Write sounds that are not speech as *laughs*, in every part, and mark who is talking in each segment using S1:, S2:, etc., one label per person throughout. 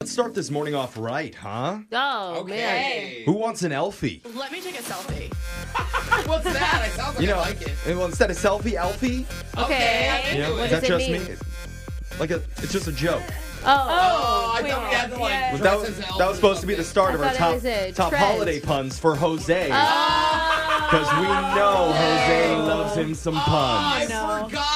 S1: Let's start this morning off right, huh?
S2: Oh man.
S1: Who wants an Elfie?
S3: Let me take a selfie.
S4: *laughs* What's that? It sounds like
S1: You know,
S4: I like it.
S1: and well, instead of selfie, Elfie.
S2: Okay.
S1: You know, is
S2: What does
S1: that
S2: it
S1: just
S2: mean?
S1: me? Like a, it's just a joke.
S2: Oh.
S4: Oh, I thought we had to like.
S3: yeah.
S1: But
S4: dress
S1: that was,
S4: as elves
S1: that was
S4: or
S1: supposed to be the start
S4: something.
S1: of
S2: I
S1: our
S2: thought
S1: top
S2: it was a
S1: top
S2: trend.
S1: holiday puns for Jose.
S2: Oh.
S1: Because we know Jose loves him some
S4: I
S1: puns.
S3: know.
S4: forgot.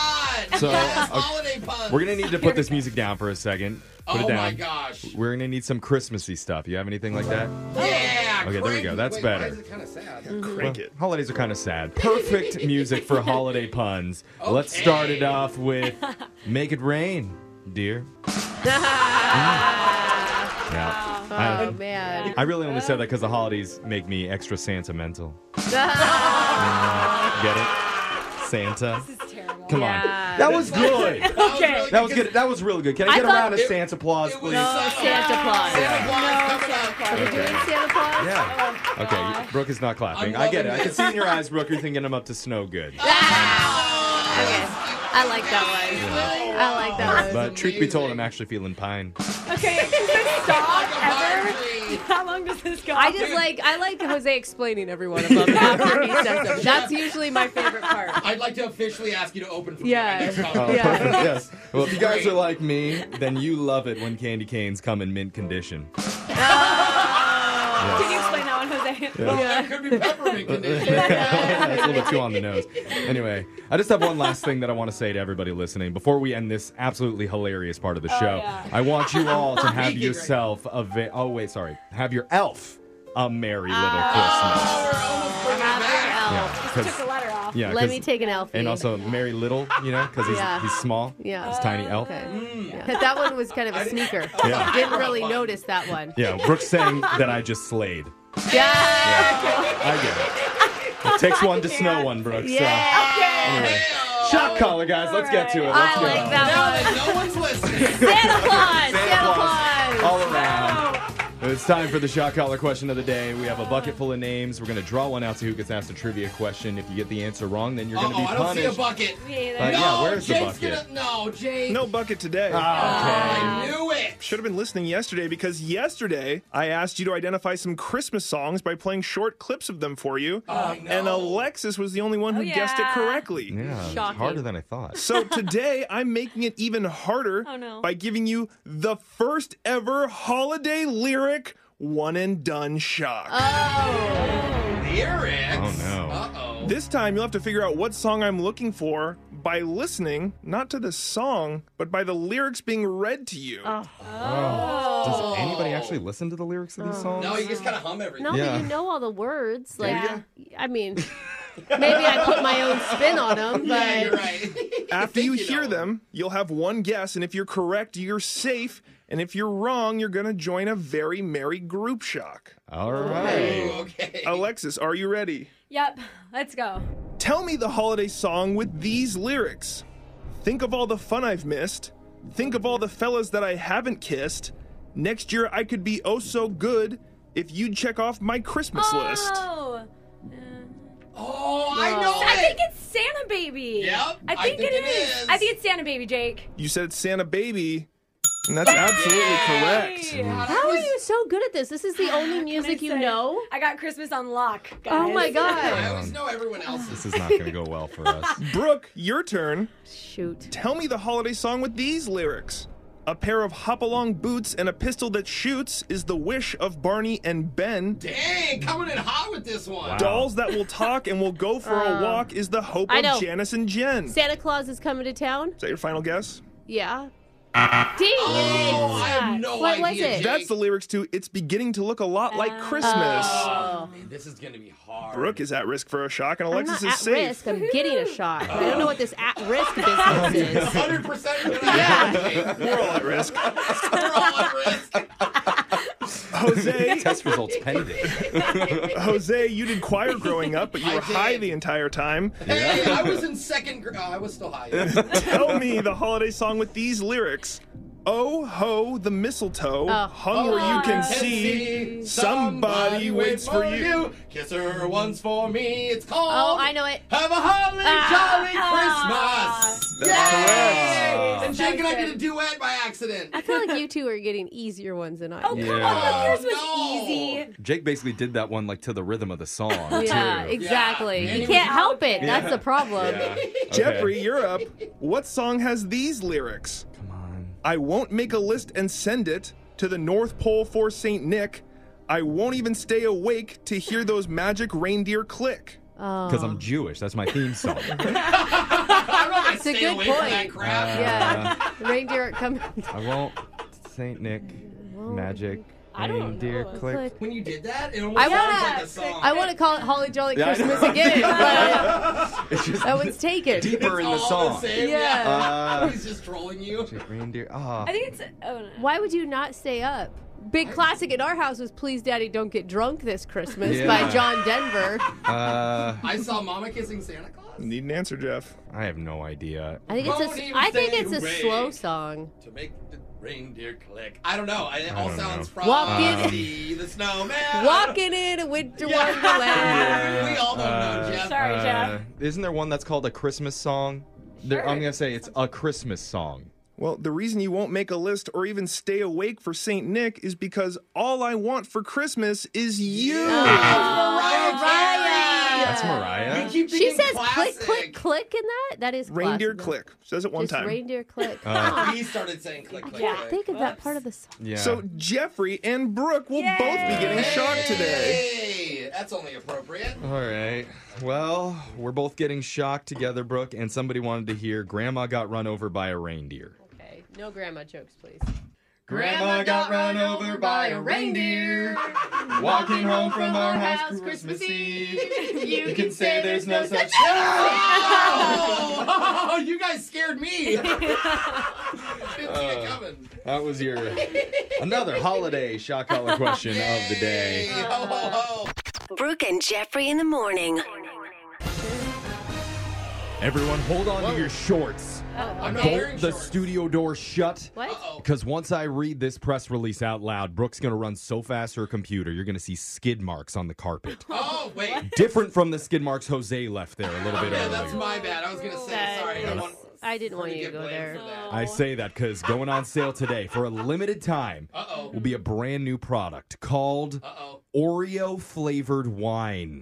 S1: So,
S4: Yes,
S1: okay.
S4: holiday puns.
S1: We're gonna need to put this music down for a second. Put
S4: Oh
S1: it down.
S4: my gosh.
S1: We're gonna need some Christmassy stuff. You have anything like that?
S4: Yeah.
S1: Okay, there we
S4: cranky.
S1: go. That's
S4: Wait,
S1: better.
S4: Why is it kind of sad?
S2: Mm-hmm.
S5: Crank
S1: Well,
S5: it.
S1: Holidays are kind of sad. Perfect music for holiday puns. Let's start it
S4: Okay.
S1: off with "Make It Rain, Dear." Yeah.
S2: Oh
S1: I,
S2: man.
S1: I really only said that because the holidays make me extra sentimental. Get it? Santa.
S5: This is terrible.
S1: Come
S2: Yeah.
S1: on. That was good.
S4: That was
S3: Okay.
S4: really
S1: That was
S4: because
S1: good. That was really good. Can I
S2: I
S1: get a
S2: thought-
S1: round of
S4: It-
S1: Santa Claus,
S4: it
S1: please?
S4: was
S2: No,
S4: so-
S2: Santa Claus.
S4: Santa Claus
S3: No,
S4: coming up.
S2: Are we doing
S1: Okay.
S2: Santa Claus?
S1: Yeah. Okay. Brooke is not clapping.
S4: I'm
S1: I get it.
S4: loving
S1: I can see in your eyes, Brooke, you're thinking I'm up to snow good.
S2: Okay. I like that one. I like that one.
S1: But truth be told, I'm actually feeling pine.
S3: Okay. Does this stop ever?
S4: Ever?
S3: How long does this go?
S2: I just like I like Jose explaining every one of them after he says
S3: *laughs*
S2: them. That's usually my
S4: *laughs*
S2: favorite part.
S4: I'd like to officially ask you to open for
S2: Yeah.
S4: me. next
S1: Oh,
S4: time.
S1: *laughs*
S2: Yeah.
S1: yes. Well, if you guys
S4: Great.
S1: are like me, then you love it when candy canes come in mint condition.
S3: Can you explain that one, Jose?
S4: Well, that could
S3: *laughs*
S4: be peppermint condition.
S1: That's a little bit too on the
S2: *laughs*
S1: nose. Anyway, I just have one last thing that I want to say to everybody listening before we end this absolutely hilarious part of the show.
S3: Oh, yeah.
S1: I want you
S3: *laughs*
S1: all to have
S4: Speaking right-
S1: yourself a va- oh wait sorry have your elf a merry little
S4: We're
S1: Christmas.
S4: almost bringing it back.
S2: Have
S1: Yeah,
S3: Oh, Took
S1: 'cause-
S3: the letter off.
S1: yeah,
S2: Let
S1: 'cause-
S2: me take an Alfie.
S1: and also merry little, you know, because he's,
S2: Yeah.
S1: he's small.
S2: Yeah.
S1: He's tiny elf.
S2: Okay.
S3: Mm.
S2: Because that one was kind of a sneaker.
S1: Yeah.
S2: Didn't really notice that one.
S1: Yeah, Brooke's saying that I just slayed.
S2: Yeah.
S1: I get it. It
S2: *laughs*
S1: takes one to snow one, Brooke. So.
S4: Hey,
S1: Anyway. Shot collar, guys. Let's get to it. uh, Let's
S2: I
S1: go.
S4: Now
S2: like that
S4: that no one's listening,
S2: one. Santa Claus. Santa
S1: Santa
S2: Claus.
S1: All around. It's time for the shot collar question of the day. We have a bucket full of names. We're going to draw one out to who gets asked a trivia question. If you get the answer wrong, then you're going to
S4: Uh-oh,
S1: be
S4: I don't see a
S1: punished.
S4: bucket.
S1: Uh,
S4: no,
S1: yeah, where's the
S4: Jake's
S1: bucket?
S4: Gonna, no, Jake.
S5: No bucket today.
S1: Ah,
S4: I knew it.
S5: Should have been listening yesterday because yesterday I asked you to identify some Christmas songs by playing short clips of them for you. And Alexis was the only one who
S3: Oh,
S5: guessed it
S3: yeah.
S5: correctly.
S1: okay. Yeah, it's
S2: Shocking.
S1: harder than I thought.
S5: So today I'm making it even harder
S3: Oh, no.
S5: by giving you the first ever holiday lyric one and done shock.
S4: Lyrics.
S1: Oh, no.
S4: Uh-oh.
S5: This time you'll have to figure out what song I'm looking for by listening not to the song, but by the lyrics being read to you.
S2: Oh.
S1: Does anybody actually listen to the lyrics of these
S2: Oh.
S1: songs?
S4: No, you just kind of hum everything.
S2: No,
S1: Yeah.
S2: but you know all the words. Like,
S3: Yeah.
S4: *laughs*
S2: I mean, maybe I *laughs* put my own spin on them, but
S4: Yeah, you're right. *laughs*
S5: After you,
S4: think you
S5: hear
S4: know.
S5: them, you'll have one guess, and if you're correct, you're safe. And if you're wrong, you're going to join a very merry group shock.
S1: All right.
S4: okay.
S5: Alexis, are you ready?
S3: Yep. Let's go.
S5: Tell me the holiday song with these lyrics. Think of all the fun I've missed. Think of all the fellas that I haven't kissed. Next year I could be oh so good if you'd check off my Christmas
S2: Ah.
S5: list.
S3: Oh.
S4: Oh, I know
S3: I
S4: it.
S3: think it's Santa Baby.
S4: Yep,
S3: I think, it is. I think it's Santa Baby, Jake.
S5: You said Santa Baby, and that's absolutely correct.
S3: Hey.
S2: how are you so good at this?
S3: *sighs*
S2: This is the only music
S3: I
S2: you
S3: say-
S2: know.
S3: I got Christmas on lock.
S2: Oh
S3: guys.
S2: my
S4: I *laughs*
S2: god!
S4: always know everyone else's.
S1: This is not going to go well for
S4: *laughs*
S1: us.
S5: Brooke, your turn.
S2: Shoot.
S5: Tell me the holiday song with these lyrics. A pair of hop along boots and a pistol that shoots is the wish of Barney and Ben.
S4: Dang, coming in hot with this one.
S1: Wow.
S5: Dolls that will talk and will go for a walk is the hope
S2: Um, I
S5: of
S2: know.
S5: Janice and Jen. Is
S2: Santa Claus is coming to town.
S5: that your final guess?
S2: Yeah.
S4: Oh, I have no
S2: What was
S4: idea.
S2: it?
S4: Jake.
S5: That's the lyrics to It's Beginning to Look a Lot Like Christmas.
S4: Oh, man, this is gonna be hard.
S5: Brooke is at risk for a shock, and
S2: I'm
S5: Alexis
S2: not
S5: is
S2: at
S5: safe.
S2: risk. I'm getting a shot. I
S4: Oh.
S2: don't know what this at risk
S4: *laughs*
S2: business is.
S4: 100 percent gonna *laughs* yeah.
S5: We're all at risk.
S4: We're all at risk.
S5: Jose,
S1: Test results pending.
S5: Jose, you did choir growing up, but you
S4: I
S5: were high
S4: did.
S5: the entire time.
S4: Hey,
S1: *laughs*
S4: I was in second grade. Oh, I was still high.
S5: Tell me the holiday song with these lyrics. Oh ho, the mistletoe
S2: Oh.
S5: hung where you can see. Somebody waits for you.
S4: Kiss her once for me. It's called.
S2: Oh, I know it.
S4: Have a holly jolly
S2: Ah.
S4: Christmas. Ah. Yay! And Jake and I did a duet by accident.
S2: I feel like you two are getting easier ones than I.
S3: Oh,
S2: am.
S1: Yeah.
S3: come on. Yours was
S4: Oh, no.
S3: easy.
S1: Jake basically did that one like to the rhythm of the song.
S2: yeah,
S1: too.
S2: exactly.
S4: Yeah.
S2: You can't help it. That's the problem.
S5: *laughs*
S1: Okay.
S5: Jeffrey, you're up. What song has these lyrics?
S1: Come on.
S5: I won't make a list and send it to the North Pole for St. Nick. I won't even stay awake to hear those magic reindeer click.
S2: Oh.
S1: Because I'm Jewish. That's my theme song.
S4: I'm not gonna
S2: It's a
S4: stay
S2: good
S4: away from that
S2: point.
S4: crap.
S2: Yeah, reindeer come.
S4: *laughs*
S1: I won't. Saint Nick. Magic. Reindeer click.
S4: When you did that, it almost
S2: I
S4: sounds
S2: wanna-
S4: like a song.
S2: I want to call it Holly Jolly
S1: Yeah, I know. *laughs*
S2: Christmas again, but I,
S1: It's just
S2: that one's taken.
S1: deeper in
S4: It's
S1: the
S4: all
S1: song.
S4: same,
S2: Yeah.
S4: *laughs*
S1: Uh,
S4: He's just trolling you.
S1: Magic reindeer. Ah.
S3: I think it's. Oh, no.
S2: Why would you not stay up? Big classic in our house was "Please, Daddy, Don't Get Drunk This Christmas"
S1: Yeah.
S2: by John Denver.
S1: Uh,
S4: I saw Mama kissing Santa Claus.
S5: Need an answer, Jeff.
S1: I have no idea.
S2: I think
S4: Won't
S2: it's a,
S4: even
S2: I think
S4: stay
S2: it's a
S4: awake.
S2: slow song.
S4: To make the reindeer click. I don't know. I, it all
S1: don't
S4: sounds
S1: know.
S4: from
S2: Walking-
S4: the, the snowman.
S2: Walking in a winter
S4: *laughs* Yeah.
S2: wonderland.
S4: We all don't know,
S1: Uh,
S4: Jeff.
S3: Sorry,
S1: Uh,
S3: Jeff.
S1: isn't there one that's called a Christmas song? There, I'm gonna say it's a Christmas song.
S5: Well, the reason you won't make a list or even stay awake for St. Nick is because all I want for Christmas is you. Oh,
S4: Mariah Carey.
S1: That's Mariah.
S4: You keep
S2: She
S4: thinking
S2: says
S4: classic.
S2: click, click, click in that. That is
S5: Reindeer
S2: classic.
S5: click. Says it one
S2: Just
S5: time.
S4: *laughs*
S2: reindeer click.
S4: He started saying click, click,
S2: yeah,
S4: click.
S2: think of that part of the song.
S1: Yeah.
S5: So Jeffrey and Brooke will both be getting shocked today.
S4: Hey, that's only appropriate.
S1: all right. Well, we're both getting shocked together, Brooke, and somebody wanted to hear Grandma got run over by a reindeer.
S2: Okay, no grandma jokes, please.
S1: Grandma got run over by a reindeer.
S4: *laughs*
S1: *laughs* Walking home from our house Christmas
S2: *laughs*
S1: Eve. You can say there's no such
S4: Oh, *laughs* you guys scared
S2: *laughs*
S4: me. Didn't see it coming.
S1: Oh, That was
S4: *laughs*
S1: your another holiday shock collar question of the day.
S4: Hey, ho, ho, ho.
S6: Brooke and Jeffrey in the morning.
S1: Everyone, hold on to your shorts.
S4: I'm not wearing
S1: Bolt the
S4: shorts.
S1: studio door shut.
S2: What?
S1: Because once I read this press release out loud, Brooke's going to run so fast her computer, you're going to see skid marks on the
S4: *laughs*
S1: carpet.
S4: Oh, wait.
S1: Different from the skid marks Jose left there a little bit
S4: Oh, Yeah,
S1: earlier.
S4: that's my bad. I was going to say,
S2: That
S4: sorry. I
S2: is-
S4: want
S2: I didn't want
S4: to
S2: you to
S4: get
S2: go
S4: blamed
S2: there.
S4: for that.
S1: I say that because going on sale today for a limited time
S4: Uh-oh.
S1: will be a brand new product called
S4: Uh-oh.
S1: Oreo flavored wine.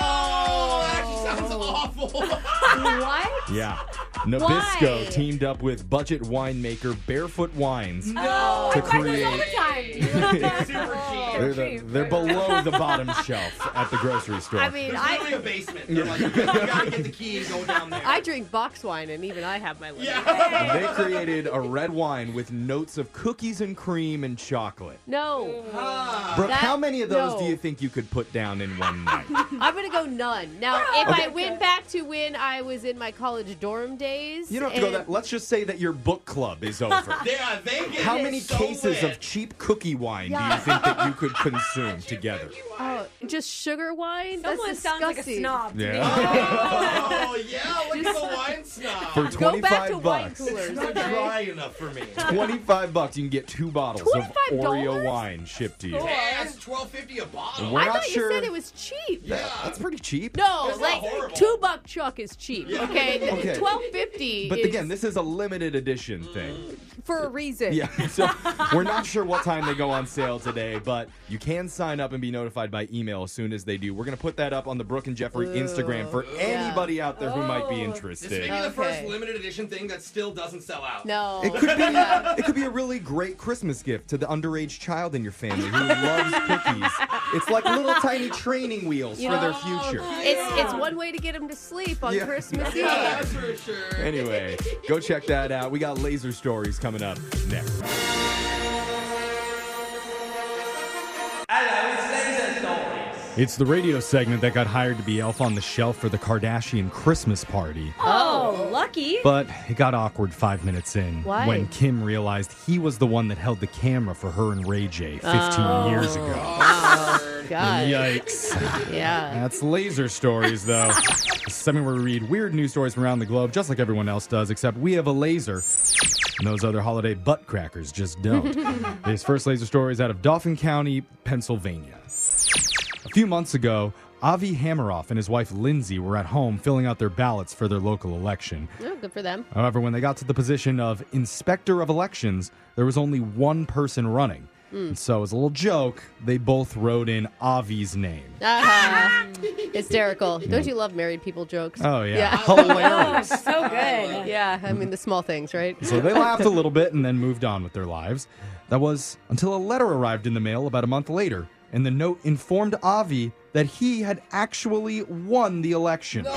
S4: Oh, that actually sounds awful.
S2: What?
S1: Yeah. Nabisco
S2: Why?
S1: teamed up with budget winemaker Barefoot Wines.
S4: No.
S1: To
S3: I buy those all the
S1: create- *laughs*
S3: time.
S4: Super cheap.
S1: They're, the- they're below the
S2: *laughs*
S1: bottom shelf at the grocery store. *laughs*
S2: I mean,
S4: There's
S2: I
S4: literally a basement. They're like, you
S2: *laughs*
S4: gotta get the key and go down there.
S2: I drink box wine and even I have my limit.
S4: yeah.
S1: They created a red wine with notes of cookies and cream and chocolate.
S2: No,
S4: Ah.
S1: Brooke,
S2: Uh, That-
S1: how many of those
S2: no.
S1: do you think you could put down in
S2: *laughs*
S1: one night?
S2: I'm gonna go none. Now, if I went back to when I was in my college dorm days,
S1: You don't have to go
S2: and-
S1: that. Let's just say that your book club is
S2: *laughs*
S1: over.
S4: Yeah, they get
S1: How many
S4: so
S1: cases
S4: lit.
S1: of cheap cookie wine do
S2: Yeah.
S1: you think that you
S2: *laughs*
S1: could consume together?
S2: Oh, just sugar wine?
S3: Someone
S2: That's
S3: sounds like a
S2: disgusting.
S3: snob. to
S1: Yeah.
S3: me.
S4: Oh, yeah, look at the wine snob.
S1: For
S2: Go
S1: 25
S2: back to wine
S1: bucks.
S4: it's
S2: coolers.
S4: not dry enough for
S2: *laughs*
S4: me.
S1: 25 bucks, you can get two bottles of Oreo
S2: $25?
S1: wine shipped to you.
S4: Yeah, it's twelve fifty a bottle.
S1: We're
S2: I
S1: not
S2: thought
S1: sure.
S2: you said it was cheap.
S1: Yeah, that's pretty cheap.
S2: No,
S4: It's not
S2: Oh, like
S4: horrible.
S2: two buck chuck is cheap.
S4: *laughs*
S2: Okay,
S1: Okay.
S2: twelve fifty.
S1: But
S2: is Mm.
S1: again, this is a limited edition thing.
S2: for a reason.
S1: Yeah, *laughs* so we're not sure what time they go on sale today, but you can sign up and be notified by email as soon as they do. We're going to put that up on the Brooke and Jeffrey Instagram for anybody out there who might be
S4: This may be
S1: interested.
S4: the first
S2: Oh. Okay.
S4: limited edition thing that still doesn't sell out.
S2: No.
S1: It could, be, it could be a really great Christmas gift to the underage child in your family who loves cookies. It's like little tiny training wheels
S2: *laughs* You
S1: for their
S2: know-
S1: future.
S2: It's it's one way to get him to sleep on
S1: Yeah.
S2: Christmas Eve.
S4: Yeah, that's for sure.
S1: Anyway, go check that out. We got laser stories coming up next. It's the radio segment that got hired to be Elf on the Shelf for the Kardashian Christmas party,
S3: Oh, lucky.
S1: but it got awkward five minutes in
S2: Why?
S1: when Kim realized he was the one that held the camera for her and Ray J 15 years ago.
S3: *laughs*
S4: Oh,
S2: Oh. God. Yeah.
S1: Yikes. That's laser stories, though. This is something where we read weird news stories from around the globe, just like everyone else does, except we have a laser. And those other holiday butt crackers just
S4: *laughs*
S1: don't. this first laser story is out of Dauphin County, Pennsylvania. A few months ago, Avi Hammeroff and his wife Lindsay were at home filling out their ballots for their local election.
S2: Oh, good for them.
S1: However, when they got to the position of inspector of elections, there was only one person running. And so, as a little joke, they both wrote in Avi's name.
S2: Ah,
S1: *laughs*
S2: hysterical. Don't you love married people jokes?
S1: Oh, yeah. *laughs*
S2: Yeah.
S1: Hilarious.
S3: Oh, so good.
S2: *laughs* Yeah, I mean the small things, right?
S1: So they laughed a little bit and then moved on with their lives. That was until a letter arrived in the mail about a month later, and the note informed Avi that he had actually won the election.
S2: *laughs*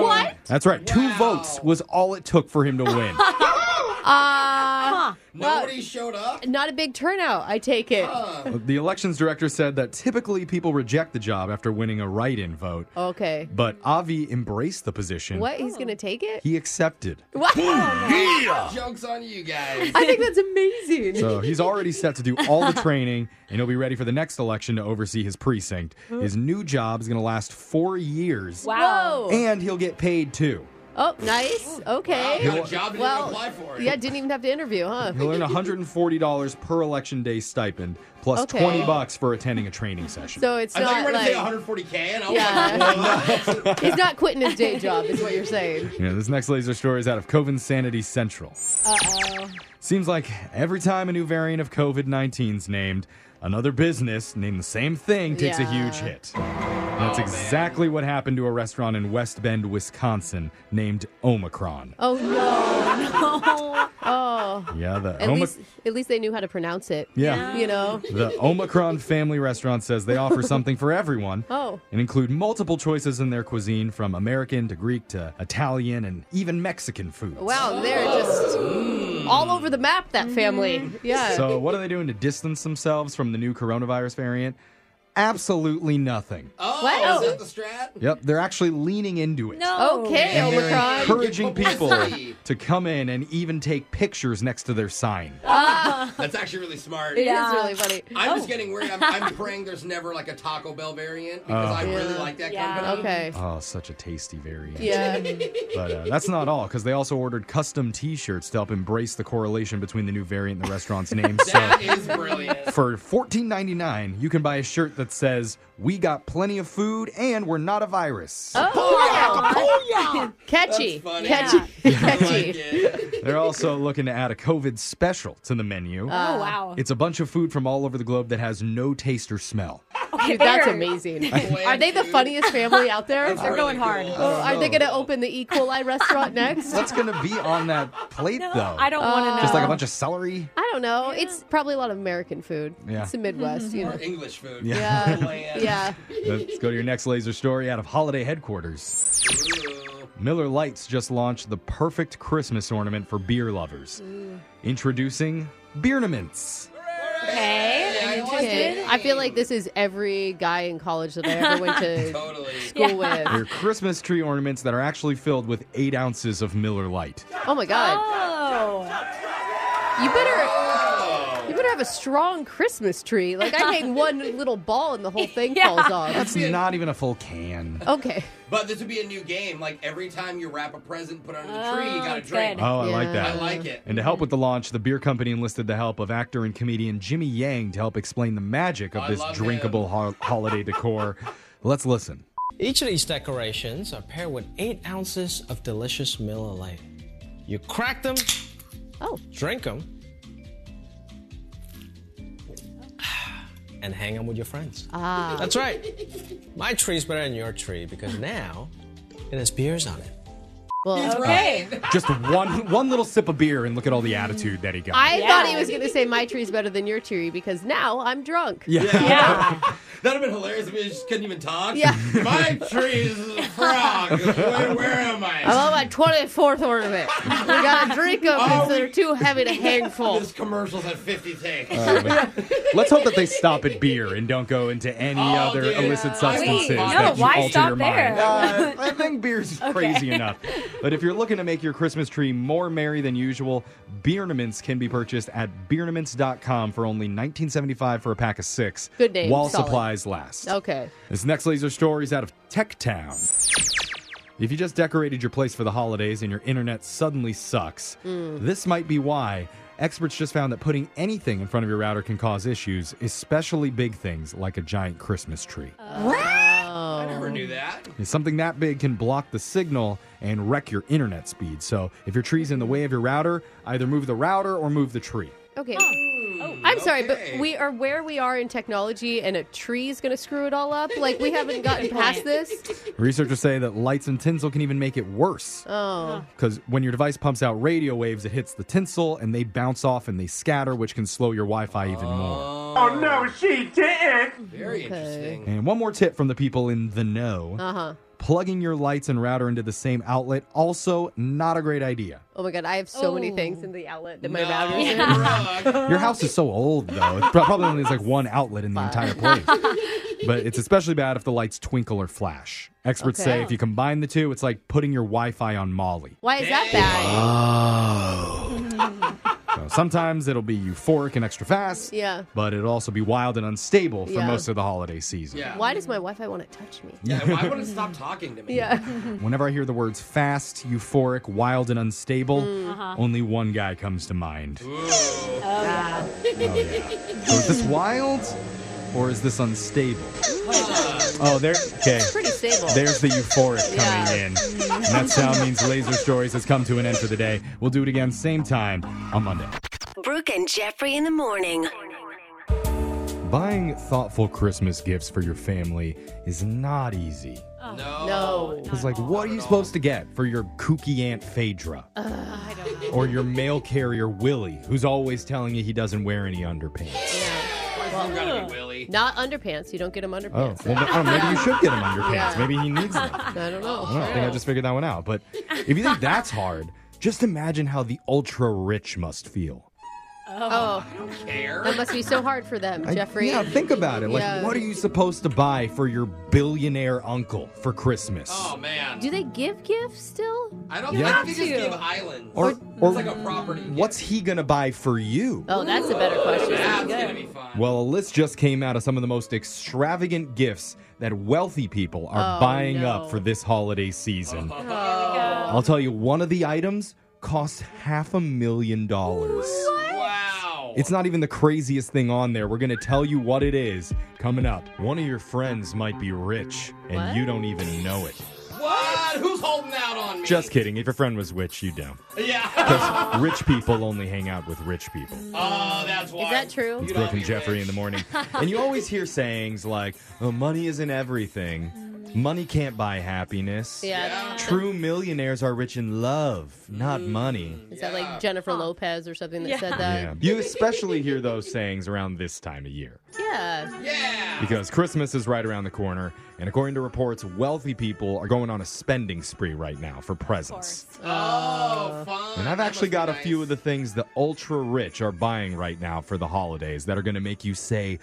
S2: What?
S1: That's right, two votes was all it took for him to win.
S3: Oh.
S2: Uh,
S4: Nobody showed up.
S2: not a big turnout, I take it.
S1: the elections director said that typically people reject the job after winning a write in vote,
S2: Oh. Okay.
S1: but Avi embraced the position.
S2: What? He's going to
S1: *laughs*
S2: take it?
S1: He accepted.
S2: What? *laughs*
S4: Jokes on you guys.
S2: I think that's amazing.
S1: So he's already set to do all the training, and he'll be ready for the next election to oversee his precinct. His new job is going to last four years.
S3: Wow.
S2: Whoa.
S1: And he'll get paid too.
S2: Oh, nice. Okay.
S4: Got a job didn't
S2: Well,
S4: apply for it.
S2: yeah, didn't even have to interview, huh?
S1: He'll earn $140 per election day stipend, plus
S2: Okay.
S1: 20 bucks for attending a training session.
S2: So it's
S4: I thought you
S2: not
S4: were
S2: like.
S4: going to say 140k, and I was like,
S2: Yeah. *laughs* He's not quitting his day job, is what you're saying.
S1: yeah, this next laser story is out of Coven Sanity Central. Uh-oh. Seems like every time a new variant of COVID-19 is named, another business named the same thing takes a
S2: Yeah. Oh,
S1: huge hit. And That's exactly what happened to a restaurant in West Bend, Wisconsin, named Omicron.
S2: Oh, no.
S3: *laughs*
S2: Oh.
S1: Yeah, the
S2: At
S1: Omi-
S2: least, at least they knew how to pronounce it.
S1: Uh, Yeah.
S2: You know?
S1: The Omicron Family Restaurant says they offer something for everyone
S2: *laughs* Oh.
S1: and include multiple choices in their cuisine from American to Greek to Italian and even Mexican foods.
S2: Wow, they're just all over the map, that family.
S3: Mm-hmm.
S2: Yeah.
S1: So, what are they doing to distance themselves from the new coronavirus variant? Absolutely nothing.
S4: oh,
S2: Wow.
S4: is that the strat?
S1: Yep, they're actually leaning into it.
S3: No.
S2: okay,
S1: And they're
S2: Omicron.
S1: encouraging people
S2: *laughs*
S4: Publicity.
S1: to come in and even take pictures next to their sign.
S4: That's actually really smart.
S2: Uh. It is
S3: Yeah.
S2: really funny. Oh.
S4: I'm just getting worried. I'm,
S2: *laughs*
S4: I'm praying there's never like a Taco Bell variant because I really
S2: Yeah.
S4: like that
S3: Yeah.
S4: company. *laughs*
S2: Okay.
S1: Oh, such a tasty *laughs* variant.
S2: Yeah.
S1: But uh, that's not all, because they also ordered custom t shirts to help embrace the correlation between the new variant and the
S3: *laughs*
S1: restaurant's name. So,
S4: That is brilliant.
S2: *laughs*
S1: for $14.99, you can buy a shirt that says, We got plenty of food and we're not a virus.
S3: Oh.
S2: Catchy.
S4: funny.
S2: Catchy.
S4: I
S2: Catchy.
S4: like it.
S1: They're also looking to add a COVID special to the menu.
S3: Oh wow.
S1: it's a bunch of food from all over the globe that has no taste or smell.
S2: Dude, that's
S3: Fair.
S2: amazing.
S1: *laughs*
S4: Bland
S2: Are they the
S4: food.
S2: funniest family out there?
S3: They're going hard.
S4: cool.
S2: Oh, are they going to open the E.
S3: *laughs*
S2: coli restaurant next?
S1: What's going to be on that plate, though?
S3: I don't want to know.
S1: Just like a bunch of celery?
S2: I don't know. It's probably a lot of American food.
S1: Yeah.
S2: It's the Midwest,
S3: Mm-hmm.
S2: you know.
S4: Or English food.
S1: Yeah.
S4: Bland.
S2: Yeah.
S1: *laughs* Let's go to your next laser story out of Holiday Headquarters.
S4: Ooh.
S1: Miller Lights just launched the perfect Christmas ornament for beer lovers. Introducing Beernaments.
S4: Yeah, I
S3: okay.
S4: just
S2: Okay.
S4: did.
S2: I feel like this is every guy in college that I ever went to
S4: Totally.
S2: school with.
S1: They're Christmas tree ornaments that are actually filled with eight ounces of Miller Light.
S2: Oh my god.
S3: Oh.
S2: You better You better have a strong Christmas tree. Like I hang one little ball and the whole thing
S3: Yeah.
S2: falls off.
S1: That's *laughs* not even a full can.
S2: Okay.
S4: But this would be a new game. Like every time you wrap a present, put it under the tree, you
S3: Oh,
S4: got a
S3: good.
S4: drink.
S1: Oh, I like
S2: Yeah.
S1: that.
S4: I like it.
S1: And to help with the launch, the beer company enlisted the help of actor and comedian Jimmy Yang to help explain the magic of
S4: I
S1: this
S4: love
S1: drinkable ho- holiday decor. Let's listen.
S7: Each of these decorations are paired with eight ounces of delicious Miller Lite. You crack them,
S2: Oh.
S7: drink them, and hang them with your friends. Ah. That's right. My tree's better than your tree because now it has beers on it.
S2: Well,
S3: Okay.
S1: Just one one little sip of beer and look at all the attitude that he got.
S2: I
S3: Yeah.
S2: thought he was going to say my tree's better than your tree because now I'm drunk.
S1: yeah.
S3: Yeah.
S4: *laughs* That'd have been hilarious if we just couldn't even talk.
S2: Yeah.
S4: *laughs* My tree is a
S3: *laughs*
S4: frog. Where, where am
S2: I'm
S4: I?
S2: on my 24th ornament. We got to drink them because
S4: Oh,
S2: they're too heavy
S4: *laughs*
S2: to hang
S1: *laughs*
S2: full.
S4: This commercial's at 50 takes. *laughs*
S1: Let's hope that they stop at beer and don't go into any
S4: Oh,
S1: other
S4: dude.
S1: illicit
S4: Wait,
S1: substances
S4: no,
S1: that
S3: why
S1: you alter
S3: stop
S1: your
S3: there?
S1: mind.
S3: *laughs*
S1: Uh, I think beer's
S2: *laughs*
S1: crazy enough. But if you're looking to make your Christmas tree more merry than usual, Beernaments can be purchased at beernaments.com for only $19.75 for a pack of six.
S2: Good name,
S1: While
S2: solid.
S1: supplies last.
S2: Okay.
S1: This next laser story is out of Tech Town. If you just decorated your place for the holidays and your internet suddenly sucks,
S2: Hmm.
S1: this might be why. Experts just found that putting anything in front of your router can cause issues, especially big things like a giant Christmas tree.
S4: I never knew that.
S1: And Something that big can block the signal and wreck your internet speed. So if your tree's in the way of your router, either move the router or move the tree.
S2: Okay. I'm sorry,
S4: okay.
S2: but we are where we are in technology, and a tree is going to screw it all up. Like we haven't
S4: *laughs*
S2: gotten past this.
S1: Researchers say that lights and tinsel can even make it worse.
S2: Oh,
S1: Because when your device pumps out radio waves, it hits the tinsel and they bounce off and they scatter, which can slow your Wi Fi even more.
S4: Oh no, she didn't. Very interesting.
S1: And one more tip from the people in the know
S2: uh huh.
S1: plugging your lights and router into the same outlet, also not a great idea.
S2: Oh my god, I have so many
S3: Oh.
S2: things in the outlet that my
S4: No,
S2: router is in.
S4: Brooke.
S1: Your house is so old, though. It pro- probably only has like one outlet in the entire place. But it's especially bad if the lights twinkle or flash. Experts say if you combine the two, it's like putting your Wi Fi on Molly.
S2: *laughs* Why is that bad?
S1: So sometimes it'll be euphoric and extra fast,
S2: Yeah.
S1: but it'll also be wild and unstable for
S2: Yeah.
S1: most of the holiday season.
S4: Yeah.
S2: Why does my Wi-Fi want to touch me?
S4: Yeah, why wouldn't it stop talking to me?
S2: Yeah.
S1: Whenever I hear the words fast, euphoric, wild, and unstable,
S2: Mm. Uh-huh.
S1: only one guy comes to mind.
S2: Oh,
S4: Oh,
S2: *laughs*
S1: So is this wild or is this unstable? Oh, there. Okay.
S2: Pretty stable.
S1: There's the euphoric coming in. And that sound means Laser Stories has come to an end for the day. We'll do it again same time on Monday.
S6: Brooke and Jeffrey in the morning.
S1: Buying thoughtful Christmas gifts for your family is not easy.
S4: No.
S2: No.
S1: It's like, what are you supposed to get for your kooky Aunt Phaedra? Or your mail carrier Willie, who's always telling you he doesn't wear any underpants.
S4: Well, you gotta be Willy.
S2: Not underpants. You don't get them
S1: Oh,
S2: underpants.
S1: well, no- oh, maybe you should get him underpants. Maybe he needs them.
S2: *laughs* I don't know.
S1: I don't know. I think I just figured that one out. But if you think
S2: *laughs*
S1: that's hard, just imagine how the ultra rich must feel.
S2: Oh,
S4: Care.
S2: that must be so hard for them,
S1: I-
S2: Jeffrey.
S1: Yeah, think about it. Like,
S2: Yeah.
S1: what are you supposed to buy for your billionaire uncle for Christmas?
S4: Oh man.
S2: Do they give gifts still?
S4: I don't
S1: Yeah.
S4: think they just give islands.
S1: Or- or-
S4: it's like a property. gift.
S1: What's he gonna buy for you?
S2: Oh, that's a better question.
S4: that's gonna be fun.
S1: Well, a list just came out of some of the most extravagant gifts that wealthy people are
S2: Oh,
S1: buying
S2: no.
S1: up for this holiday season.
S3: Oh.
S1: I'll tell you, one of the items costs half a million dollars.
S4: wow.
S1: It's not even the craziest thing on there. We're going to tell you what it is coming up. One of your friends might be rich and
S2: What?
S1: you don't even know it.
S4: what? Who's holding out on me?
S1: Just kidding. If your friend was rich, you don't.
S4: yeah. *laughs*
S1: rich people only hang out with rich people.
S4: oh, that's why.
S2: Is that true?
S1: It's
S4: You
S1: Brooke
S4: don't
S1: and
S4: be
S1: Jeffrey
S4: rich.
S1: in the morning.
S4: *laughs*
S1: And you always hear sayings like, oh, money isn't everything.
S4: Mm.
S1: Money can't buy happiness.
S2: Yeah.
S1: True millionaires are rich in love, not
S4: Mm.
S1: money.
S2: Is that like Jennifer Lopez or something that said
S1: Yeah.
S2: that?
S1: You especially hear those sayings around this time of year.
S2: Yeah.
S4: Yeah.
S1: Because Christmas is right around the corner, and according to reports, wealthy people are going on a spending spree right now for presents.
S2: Uh,
S4: Oh, fun.
S1: And I've
S4: That
S1: actually
S4: must be
S1: got a
S4: nice.
S1: few of the things the ultra rich are buying right now for the holidays that are going to make you say,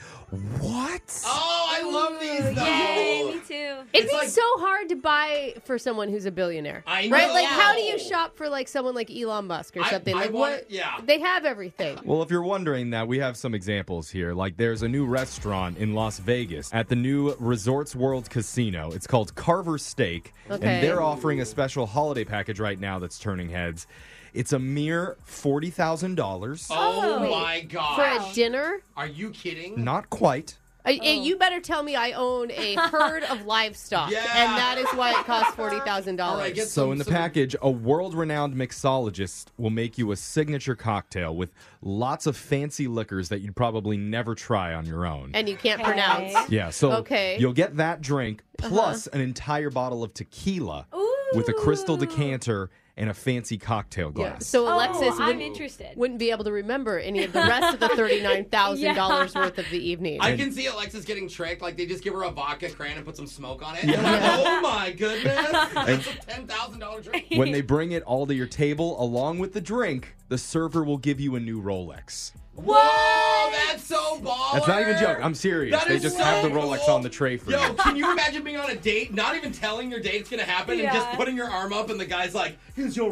S1: What?
S4: Oh, I love these though.
S8: Yay, me too.
S2: It'd
S4: It's
S2: be
S4: like-
S2: so hard to buy for someone who's a billionaire.
S4: I
S2: Right?
S4: know.
S2: Like, how do you shop for like someone like Elon Musk or
S4: I-
S2: something?
S4: I
S2: like,
S4: want-
S2: what?
S4: yeah.
S2: They have everything.
S1: Well, if you're wondering that, we have some examples here. Like, there's a new restaurant in Las Vegas at the new Resorts World Casino. It's called Carver Steak,
S2: Okay.
S1: and they're offering a special holiday package right now that's turning heads. It's a mere forty thousand dollars.
S4: Oh,
S8: Oh.
S4: my god.
S2: For a dinner?
S4: Are you kidding?
S1: Not quite.
S2: I, I-
S8: Oh.
S2: You better tell me I own
S8: *laughs*
S2: a herd of livestock,
S4: Yeah.
S2: and that is why it costs
S8: *laughs*
S2: forty thousand
S4: All right,
S2: dollars.
S4: get
S1: So
S4: some-
S1: in the
S4: some-
S1: package, a world-renowned mixologist will make you a signature cocktail with lots of fancy liquors that you'd probably never try on your own.
S2: And you can't
S8: Okay.
S2: pronounce.
S1: Yeah, so
S2: Okay. Uh-huh.
S1: you'll get that drink plus an entire bottle of tequila with a crystal decanter and a fancy cocktail
S2: Yeah.
S1: glass.
S2: So Alexis
S8: Oh, I'm
S2: wouldn't,
S8: interested.
S2: wouldn't be able to remember any of the rest
S8: *laughs*
S2: of the thirty-nine thousand dollars worth of the evening.
S4: I can see Alexis getting tricked. Like they just give her a vodka cran and put some smoke on it. And I'm like, oh my goodness! It's a ten thousand dollar drink.
S1: when
S2: *laughs*
S1: they bring it all to your table along with the drink, the server will give you a new Rolex.
S4: Whoa, that's so baller.
S1: That's not even a joke. I'm serious.
S4: That
S1: they
S4: is
S1: just
S4: so
S1: have the Rolex
S4: cool.
S1: on the tray for
S4: Yo,
S1: you.
S4: can you imagine being on a date, not even telling your date it's gonna happen, and just
S8: Yeah.
S4: putting your arm up, and the guy's like, "Here's your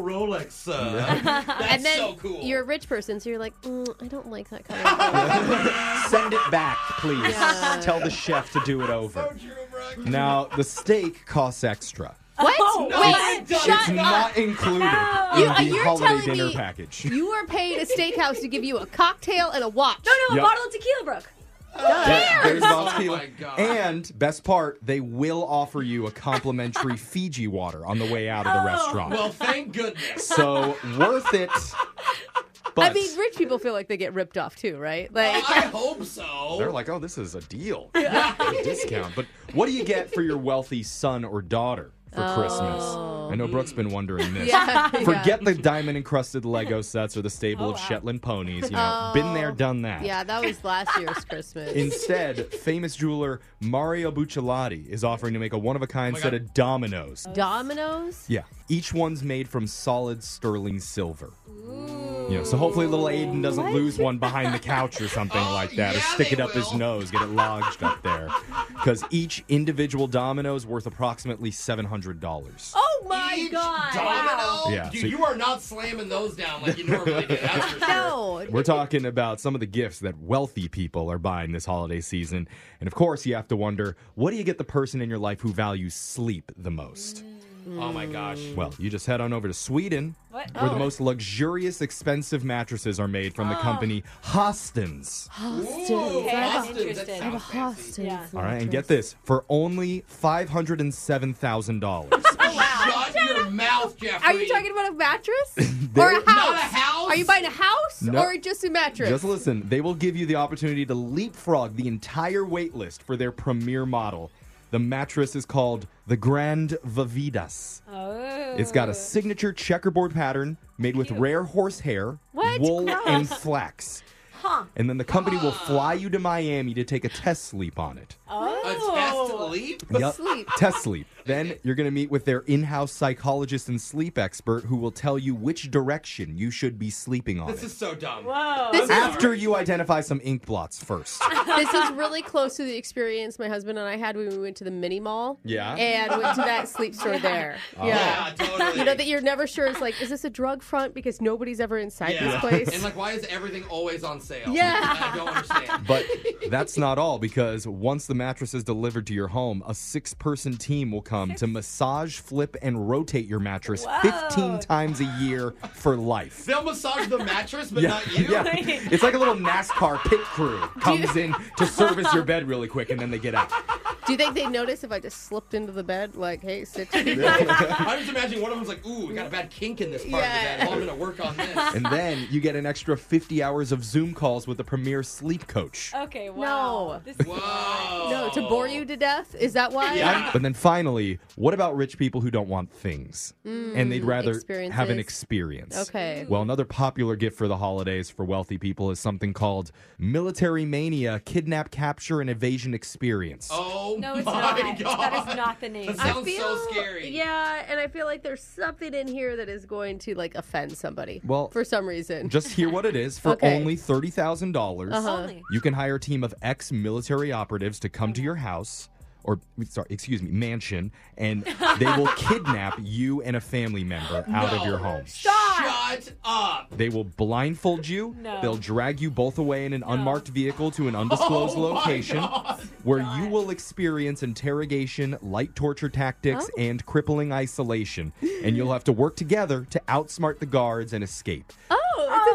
S1: *laughs*
S4: Rolex, son." *laughs* That's
S2: and then
S4: so cool.
S2: you're a rich person, so you're like, mm, I don't like that kind
S1: *laughs*
S2: of. thing."
S1: Send it back, please.
S2: Yeah.
S1: Tell the chef to do it over.
S4: so true, Brooke.
S1: Now, the steak costs extra.
S2: What? Wait,
S4: it's
S2: shut
S4: not
S2: up.
S1: included
S2: You- uh,
S1: in the
S2: Oh. you're
S1: holiday
S2: telling
S1: dinner
S2: me-
S1: package.
S2: *laughs* You were paid a steakhouse to give you a cocktail and a watch.
S3: No, no, a
S1: Yep.
S3: bottle of tequila, Brooke.
S1: Yeah, there's Bob's
S4: Oh
S1: Tequila.
S4: my God.
S1: And best part, they will offer you a complimentary *laughs* Fiji water on the way out
S2: Oh.
S1: of the restaurant.
S4: Oh. Well, thank goodness.
S1: so worth it. But
S2: *laughs* I mean, rich people feel like they get ripped off too, right?
S4: I
S2: Like,
S4: hope so.
S1: they're like, oh, this is a deal, a discount. But what do you get for your wealthy son or daughter for Christmas? I know Brooke's been wondering
S4: Oh.
S1: this.
S2: yeah, yeah.
S1: Forget the diamond encrusted Lego sets or the stable
S4: Oh,
S1: of Shetland ponies. You know, been there, done that.
S2: Yeah, that was last year's Christmas.
S1: Instead, famous jeweler Mario Bucciolati is offering to make a one of a kind set of dominoes.
S2: Dominoes?
S1: Yeah. Each one's made from solid sterling silver. You know, so hopefully little Aiden doesn't lose one behind the
S4: *laughs*
S1: couch or something
S4: Oh,
S1: like that, or
S4: yeah,
S1: stick
S4: they
S1: it up his
S4: will.
S1: nose, get it lodged up
S4: *laughs*
S1: there. Because each individual domino is worth approximately $700.
S3: Oh my
S4: Each
S3: god.
S4: Domino?
S1: Yeah,
S4: Dude,
S1: so-
S4: you are not slamming those
S1: *laughs*
S4: down like you normally do. That's for sure.
S2: No.
S1: We're talking about some of the gifts that wealthy people are buying this holiday season. And of course, you have to wonder what do you get the person in your life who values sleep the most?
S2: Mm.
S4: Oh my gosh.
S1: Well, you just head on over to Sweden,
S3: What?
S2: Oh.
S1: where the most luxurious, expensive mattresses are made from the company Hostens.
S4: Ooh,
S3: Okay, I'm
S4: Austin, that
S3: interested. I'm
S4: sounds fancy.
S3: Yeah.
S1: All right, and get this for only $507,000.
S4: Oh, Shut your mouth, Jeffrey.
S2: Are you talking about
S1: *laughs*
S2: a mattress? or a house?
S4: Not a house?
S2: Are you buying a house
S1: No.
S2: or just a mattress?
S1: just listen, they will give you the opportunity to leapfrog the entire wait list for their premier model. The mattress is called the Grand Vividas.
S3: Oh.
S1: It's got a signature checkerboard pattern made with rare horse hair,
S2: What?
S1: wool, and flax. Huh. And then the company will fly you to Miami to take a test sleep on it.
S4: a test leap?
S1: Yep.
S2: Oh. Sleep.
S1: Test sleep. Then you're going to meet with their in house psychologist and sleep expert who will tell you which direction you should be sleeping on.
S4: This
S1: it.
S4: is so dumb.
S3: Whoa.
S2: this, is,
S1: After you identify some ink blots first.
S2: this is really close to the experience my husband and I had when we went to the mini mall.
S1: Yeah.
S2: And went to that sleep store there.
S4: Oh. Yeah,
S2: Yeah.
S4: totally.
S2: You know that you're never sure. It's like, is this a drug front? Because nobody's ever inside
S4: *laughs*
S2: this place.
S4: And like, why is everything always on sale?
S2: Yeah.
S4: I don't understand.
S1: But that's not all because once the mattress is delivered to your home, a six person team will come to massage, flip, and rotate your mattress 15 times a year for life.
S4: They'll massage the mattress, but not you.
S1: yeah. It's like a little NASCAR pit crew comes in to service your bed really quick and then they get out.
S2: Do you think they notice if I just slipped into the bed? Like, hey,
S4: *laughs*
S2: sit. down.
S4: *laughs* I just imagine one of them's like, ooh, we got a bad kink in this part
S2: Yeah.
S4: of the bed. Oh, I'm gonna work on this.
S1: And then you get an extra 50 hours of Zoom calls with the premier sleep coach.
S3: Okay, wow.
S2: No.
S3: This is
S4: Whoa.
S2: No, to bore you to death? Is that why?
S4: Yeah.
S1: But then finally, what about rich people who don't want things and they'd rather have an
S2: Hmm. experiences.
S1: experience?
S2: Okay.
S1: Well, another popular gift for the holidays for wealthy people is something called Military Mania Kidnap, Capture, and Evasion Experience.
S4: Oh
S3: No, it's
S4: my
S3: not.
S4: god.
S3: That is not the name.
S4: That sounds so scary.
S2: Yeah, and I feel like there's something in here that is going to like offend somebody.
S1: Well,
S2: for some reason.
S1: Just hear what it is for
S2: Okay. Uh-huh.
S1: only $30,000. dollars
S3: Only.
S1: You can hire a team of ex military operatives to come to your house or sorry, excuse me, mansion and they will
S2: *laughs*
S1: kidnap you and a family member out of
S4: Oh, No.
S1: your home.
S4: Shut up.
S1: They will blindfold you.
S3: No.
S1: They'll drag you both away in an unmarked vehicle to an undisclosed
S4: *laughs* Oh my
S1: location
S4: God.
S1: where you will experience interrogation, light torture tactics,
S4: Oh.
S1: and crippling isolation. And you'll have to work together to outsmart the guards and escape.
S2: oh,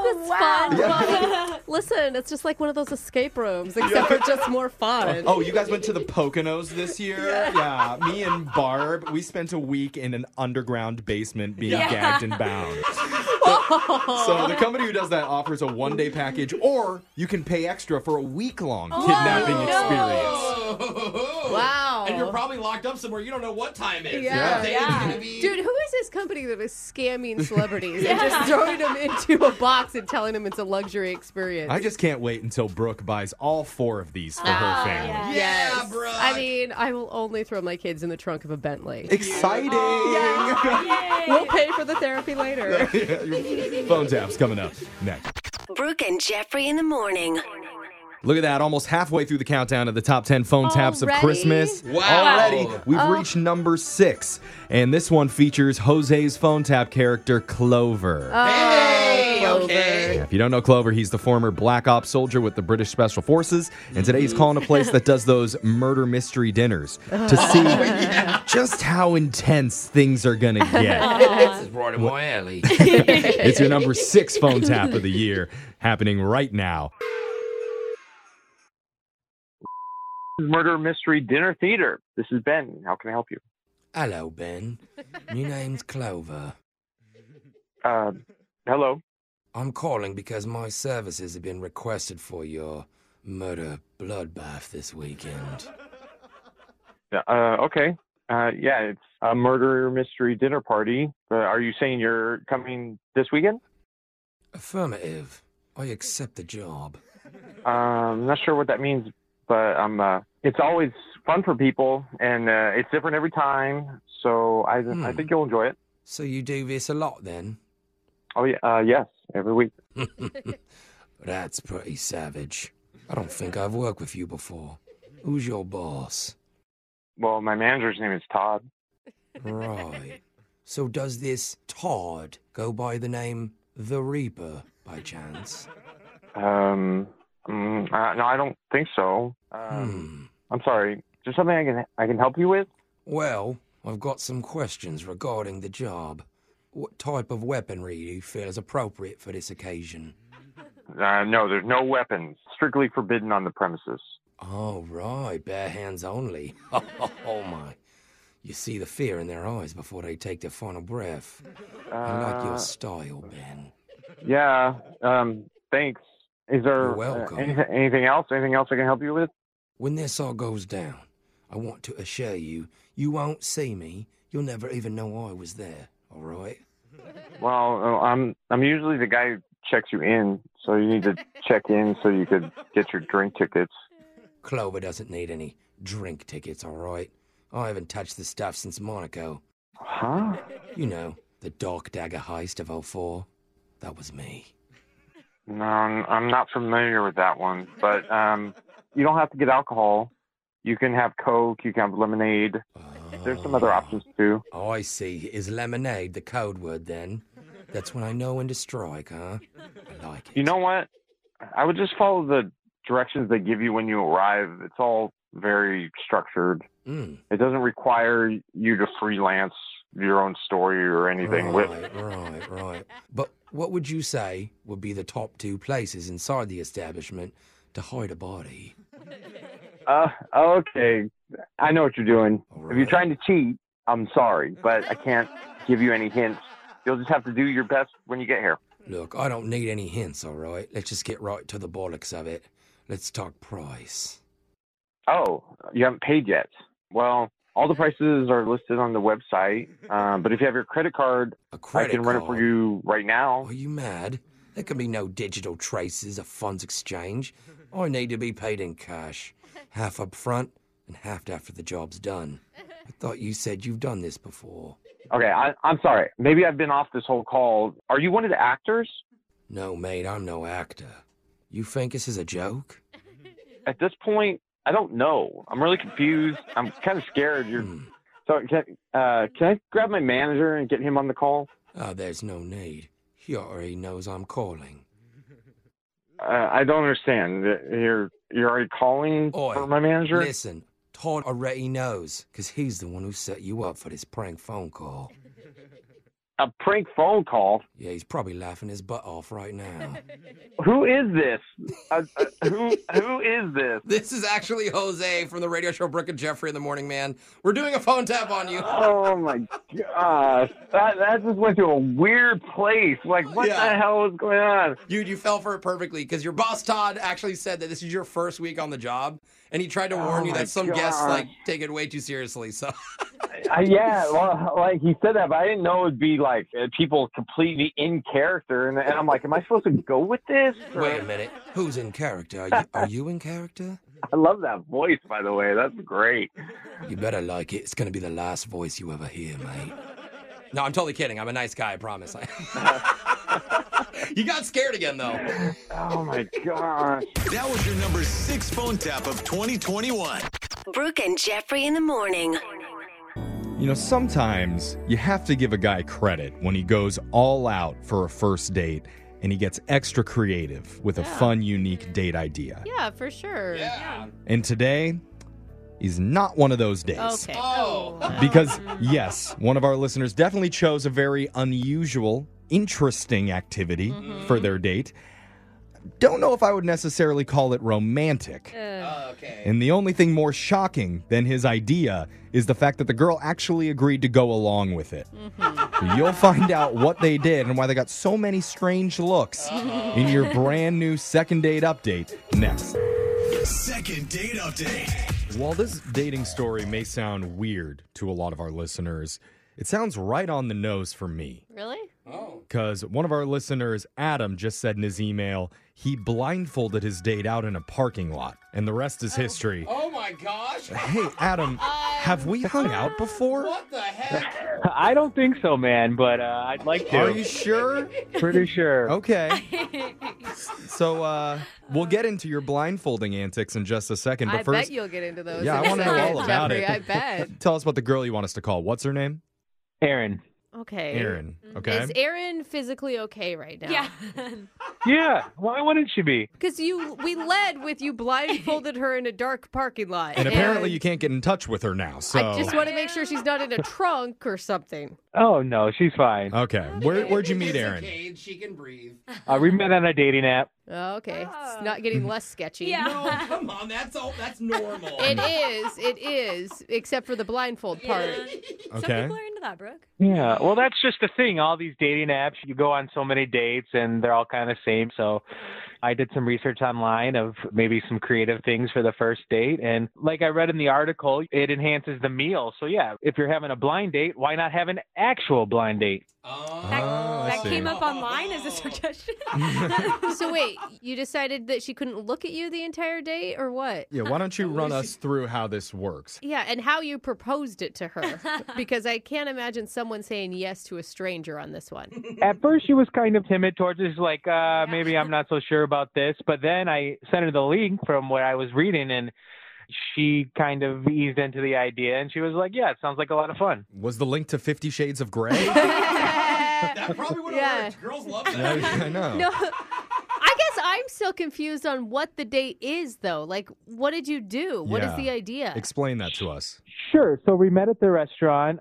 S2: it's fun. *laughs* Listen, it's just like one of those escape rooms, except for just more fun.
S1: Oh, you guys went to the Poconos this
S4: *laughs*
S1: year? Yeah. Me and Barb, we spent a week in an underground basement being gagged and bound. *laughs*
S4: *laughs* Oh.
S1: So
S2: *laughs*
S1: the company who does that offers a one day package, or you can pay extra for a week long
S4: Oh,
S1: kidnapping experience.
S2: Oh,
S9: *laughs*
S2: Wow.
S4: And you're probably locked up somewhere. You don't know what time it is.
S2: Yeah.
S4: What day
S3: Yeah.
S4: It's gonna be.
S2: Dude, who is this company that is scamming celebrities and just throwing them into a box and telling them it's a luxury experience?
S1: I just can't wait until Brooke buys all four of these for her
S2: Oh,
S1: family.
S4: Yeah,
S2: Ah, Yes.
S4: bro.
S2: I mean, I will only throw my kids in the trunk of a Bentley.
S1: Exciting!
S2: *laughs* We'll pay for the
S1: *laughs*
S2: therapy later.
S1: Phone taps coming up next.
S6: Brooke and Jeffrey in the morning.
S1: Look at that, almost halfway through the countdown of the top 10 phone taps of
S2: Already?
S1: Christmas.
S4: Wow.
S1: Already, we've reached number six. And this one features Jose's phone tap character, Clover.
S4: *laughs* Hey.
S2: Oh,
S9: Hey, okay.
S1: Yeah, if you don't know Clover, he's the former Black Ops soldier with the British Special Forces, and today he's calling a place that does those murder mystery dinners to see just how intense things are gonna get.
S9: This is Roy more alley.
S1: *laughs* it's your number six phone tap of the year, happening right now.
S8: Murder Mystery Dinner Theater. This is Ben. How can I help you?
S9: Hello, Ben. My name's Clover.
S8: Um, hello.
S9: I'm calling because my services have been requested for your murder bloodbath this weekend.
S8: Uh, okay. Uh, yeah, it's a murder mystery dinner party. Uh, are you saying you're coming this weekend?
S9: Affirmative. I accept the job.
S8: Um, I'm not sure what that means, but I'm. Uh, it's always fun for people, and uh, it's different every time. So I, I think you'll enjoy it.
S9: Hmm. So you do this a lot then?
S8: Oh yeah, uh, yes, every week.
S9: *laughs*
S8: *laughs*
S9: That's pretty savage. I don't think I've worked with you before. Who's your boss?
S8: Well, my manager's name is Todd.
S9: Right. So does this Todd go by the name The Reaper by chance?
S8: Um, mm, uh, no, I don't think so.
S9: Hmm.
S8: Um, I'm sorry. Is there something I can I can help you with?
S9: Well, I've got some questions regarding the job. What type of weaponry do you feel is appropriate for this occasion?
S8: Uh, no, there's no weapons. Strictly forbidden on the premises.
S9: Oh, right, bare hands only. *laughs* Oh, my. You see the fear in their eyes before they take their final breath. I like your style, Ben.
S8: Yeah. Um, thanks. Is there
S9: You're welcome.
S8: uh, anything, anything else? Anything else I can help you with?
S9: When this all goes down, I want to assure you, you won't see me. You'll never even know I was there, all right?
S8: Well, uh, I'm I'm usually the guy who checks you in, so you need to check in so you could get your drink tickets.
S9: Clover doesn't need any drink tickets, all right? I haven't touched the stuff since Monaco.
S8: Huh?
S9: You know, the Dark Dagger heist of 04. That was me.
S8: No, I'm I'm not familiar with that one. But um, you don't have to get alcohol. You can have Coke. You can have lemonade. There's some
S9: Oh.
S8: other options too.
S9: I see. Is lemonade the code word then? That's when I know when to strike, huh? I like it.
S8: You know what? I would just follow the directions they give you when you arrive. It's all very structured.
S9: Mm,
S8: It doesn't require you to freelance your own story or anything. Wh-
S9: right, right, right. But what would you say would be the top two places inside the establishment to hide a body?
S8: Uh, okay. I know what you're doing. If you're
S9: Alright.
S8: trying to cheat, I'm sorry, but I can't give you any hints. You'll just have to do your best when you get here.
S9: Look, I don't need any hints, all right? Let's just get right to the bollocks of it. Let's talk price.
S8: Oh, you haven't paid yet. Well, all the prices are listed on the website, um, but if you have your credit card,
S9: A
S8: I
S9: credit
S8: can run it for
S9: card?
S8: you right now.
S9: Are you mad? There can be no digital traces of funds exchange. I need to be paid in cash, half up front and half after the job's done. I thought you said you've done this before.
S8: Okay, I, I'm sorry. Maybe I've been off this whole call. Are you one of the actors?
S9: No, mate, I'm no actor. You think this is a joke?
S8: *laughs* At this point, I don't know. I'm really confused. I'm kind of scared. You're
S9: Hmm.
S8: so can uh, can I grab my manager and get him on the call?
S9: Oh, there's no need. He already knows I'm calling.
S8: Uh, I don't understand. Uh, You're you're already calling
S9: Oi,
S8: for my manager.
S9: Listen, Todd already knows, because he's the one who set you up for this prank phone call.
S8: A prank phone call.
S9: Yeah, he's probably laughing his butt off right now.
S8: *laughs* Who is this? Uh, uh, who who is this?
S9: This is actually Jose from the radio show Brooke and Jeffrey in the Morning Man. We're doing a phone tap on you.
S8: Oh my gosh, Uh, that that just went to a weird place. Like, what
S9: Yeah.
S8: the hell is going on?
S9: Dude, you fell for it perfectly because your boss Todd actually said that this is your first week on the job, and he tried to warn you
S8: Oh, my
S9: that some guests
S8: gosh.
S9: like take it way too seriously. So
S10: *laughs*
S8: Uh, yeah, well, like he said that, but I didn't know it'd be like uh, people completely in character, and, and I'm like, am I supposed to go with this? Or-
S9: wait a minute, who's in character? Are you, are you in character?
S8: I love that voice, by the way. That's great.
S9: You better like it. It's gonna be the last voice you ever hear, mate. No, I'm totally kidding. I'm a nice guy, I
S10: *laughs*
S9: promise. you got scared again though.
S8: Oh my gosh.
S4: That was your number six phone tap of 2021.
S6: Brooke and Jeffrey in the morning.
S1: You know, sometimes you have to give a guy credit when he goes all out for a first date and he gets extra creative with a fun, unique date idea.
S2: Yeah, for sure. Yeah.
S1: And today is not one of those days.
S2: Okay. Oh.
S1: Because, yes, one of our listeners definitely chose a very unusual, interesting activity for their date. Don't know if I would necessarily call it romantic. And the only thing more shocking than his idea is the fact that the girl actually agreed to go along with it. You'll find out what they did and why they got so many strange looks in your brand new second date update next.
S9: Second date update.
S1: While this dating story may sound weird to a lot of our listeners, it sounds right on the nose for me.
S2: Really?
S9: Oh.
S1: Because one of our listeners, Adam, just said in his email he blindfolded his date out in a parking lot, and the rest is history.
S4: Oh my gosh!
S1: Hey,
S10: Uh,
S1: Adam, have we hung out before?
S4: the heck?
S10: I don't think so, man, but uh, I'd like to.
S1: Are you sure?
S10: Pretty sure.
S1: Okay.
S4: *laughs*
S1: so uh, we'll get into your blindfolding antics in just a second, but
S2: I
S1: first,
S2: bet you'll get into those.
S1: Yeah, I
S2: in a
S1: wanna know
S2: second,
S1: all about
S2: Jeffrey,
S1: it.
S2: I
S1: *laughs*
S2: bet.
S1: tell us about the girl you want us to call. What's her name?
S10: Aaron.
S2: Okay.
S1: Erin. Okay.
S2: Is Aaron physically okay right now?
S3: Mm-hmm.
S2: *laughs*
S3: Yeah.
S10: Yeah, why wouldn't she be?
S2: Because you, we led with you blindfolded her in a dark parking lot.
S1: and apparently, you can't get in touch with her now. So
S2: Uh, I just want to make sure she's not in a trunk or something.
S10: Oh, no, she's fine.
S1: Okay. Where, where'd you meet Aaron?
S4: Cage, she can breathe.
S10: Uh, we met on a dating app.
S2: Oh, Okay. It's not getting less sketchy.
S3: Ah. Yeah. *laughs*
S4: Come on, that's all. That's normal.
S2: It is. It is. Except for the blindfold part.
S3: Some
S1: Okay.
S3: people are into that, Brooke.
S10: Yeah, well, that's just the thing. All these dating apps, you go on so many dates and they're all kind of same. So I did some research online of maybe some creative things for the first date. And like I read in the article, it enhances the meal. So yeah, if you're having a blind date, why not have an actual blind date?
S4: Oh.
S3: That,
S1: Oh, I
S3: that
S1: see.
S3: came up online as a suggestion.
S2: *laughs* So wait, you decided that she couldn't look at you the entire day, or what?
S1: Yeah, why don't you run us through how this works?
S2: *laughs* Yeah, and how you proposed it to her. Because I can't imagine someone saying yes to a stranger on this one.
S4: *laughs*
S10: At first, she was kind of timid towards us, like, uh, maybe I'm not so sure about this. But then I sent her the link from where I was reading and she kind of eased into the idea and she was like, yeah, it sounds like a lot of fun.
S1: Was the link to Fifty Shades of Grey?
S4: That probably would
S2: Yeah.
S4: have worked. Girls
S2: *laughs*
S4: love that.
S1: I know.
S2: No. I guess I'm still confused on what the date is, though. Like, what did you do? What is
S1: Yeah.
S2: the idea?
S1: Explain that to us.
S10: Sure. So we met at the restaurant.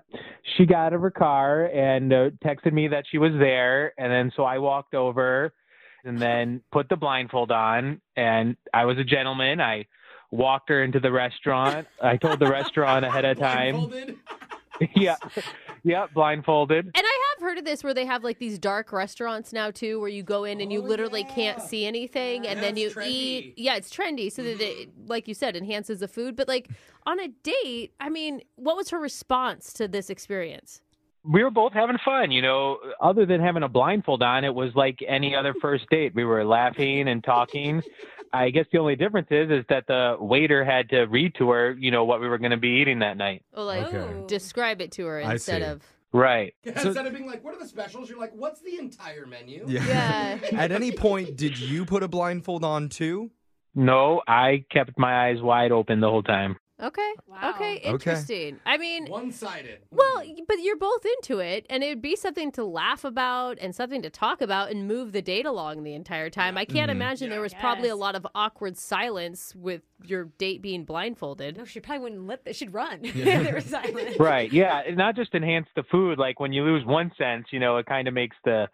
S10: She got out of her car and uh, texted me that she was there. And then so I walked over and then put the blindfold on. And I was a gentleman. I walked her into the restaurant. I told the restaurant ahead of time. *laughs*
S4: Blindfolded.
S10: yeah. Yeah. Blindfolded.
S2: and I have heard of this where they have like these dark restaurants now too, where you go in and you
S4: Oh,
S2: literally can't see anything, and then you
S4: That's trendy. Mm-hmm.
S2: eat. Yeah, it's trendy, so that it, like you said, enhances the food. But like on a date, I mean, what was her response to this experience?
S10: we were both having fun, you know. Other than having a blindfold on, it was like any other first date. We were laughing and talking. I guess the only difference is is that the waiter had to read to her, you know, what we were going to be eating that night.
S4: Oh,
S2: Well, like
S1: Okay.
S2: describe it to her
S1: I
S2: instead
S1: see.
S2: of
S10: Right.
S4: *laughs* Instead of being like, what are the specials? You're like, what's the entire menu? *laughs*
S2: yeah.
S1: At any point, did you put a blindfold on too?
S10: No, I kept my eyes wide open the whole time.
S2: Okay.
S3: Wow.
S2: Okay. Interesting. I mean,
S4: One sided.
S2: Well, y- but you're both into it, and it would be something to laugh about and something to talk about and move the date along the entire time. I can't imagine there was probably a
S3: Yes.
S2: lot of awkward silence with your date being blindfolded.
S3: No, she probably wouldn't lip. She'd run. *laughs* if they were silent.
S10: Right. Yeah, and not just enhance the food like when you lose one sense, you know, it kind of makes the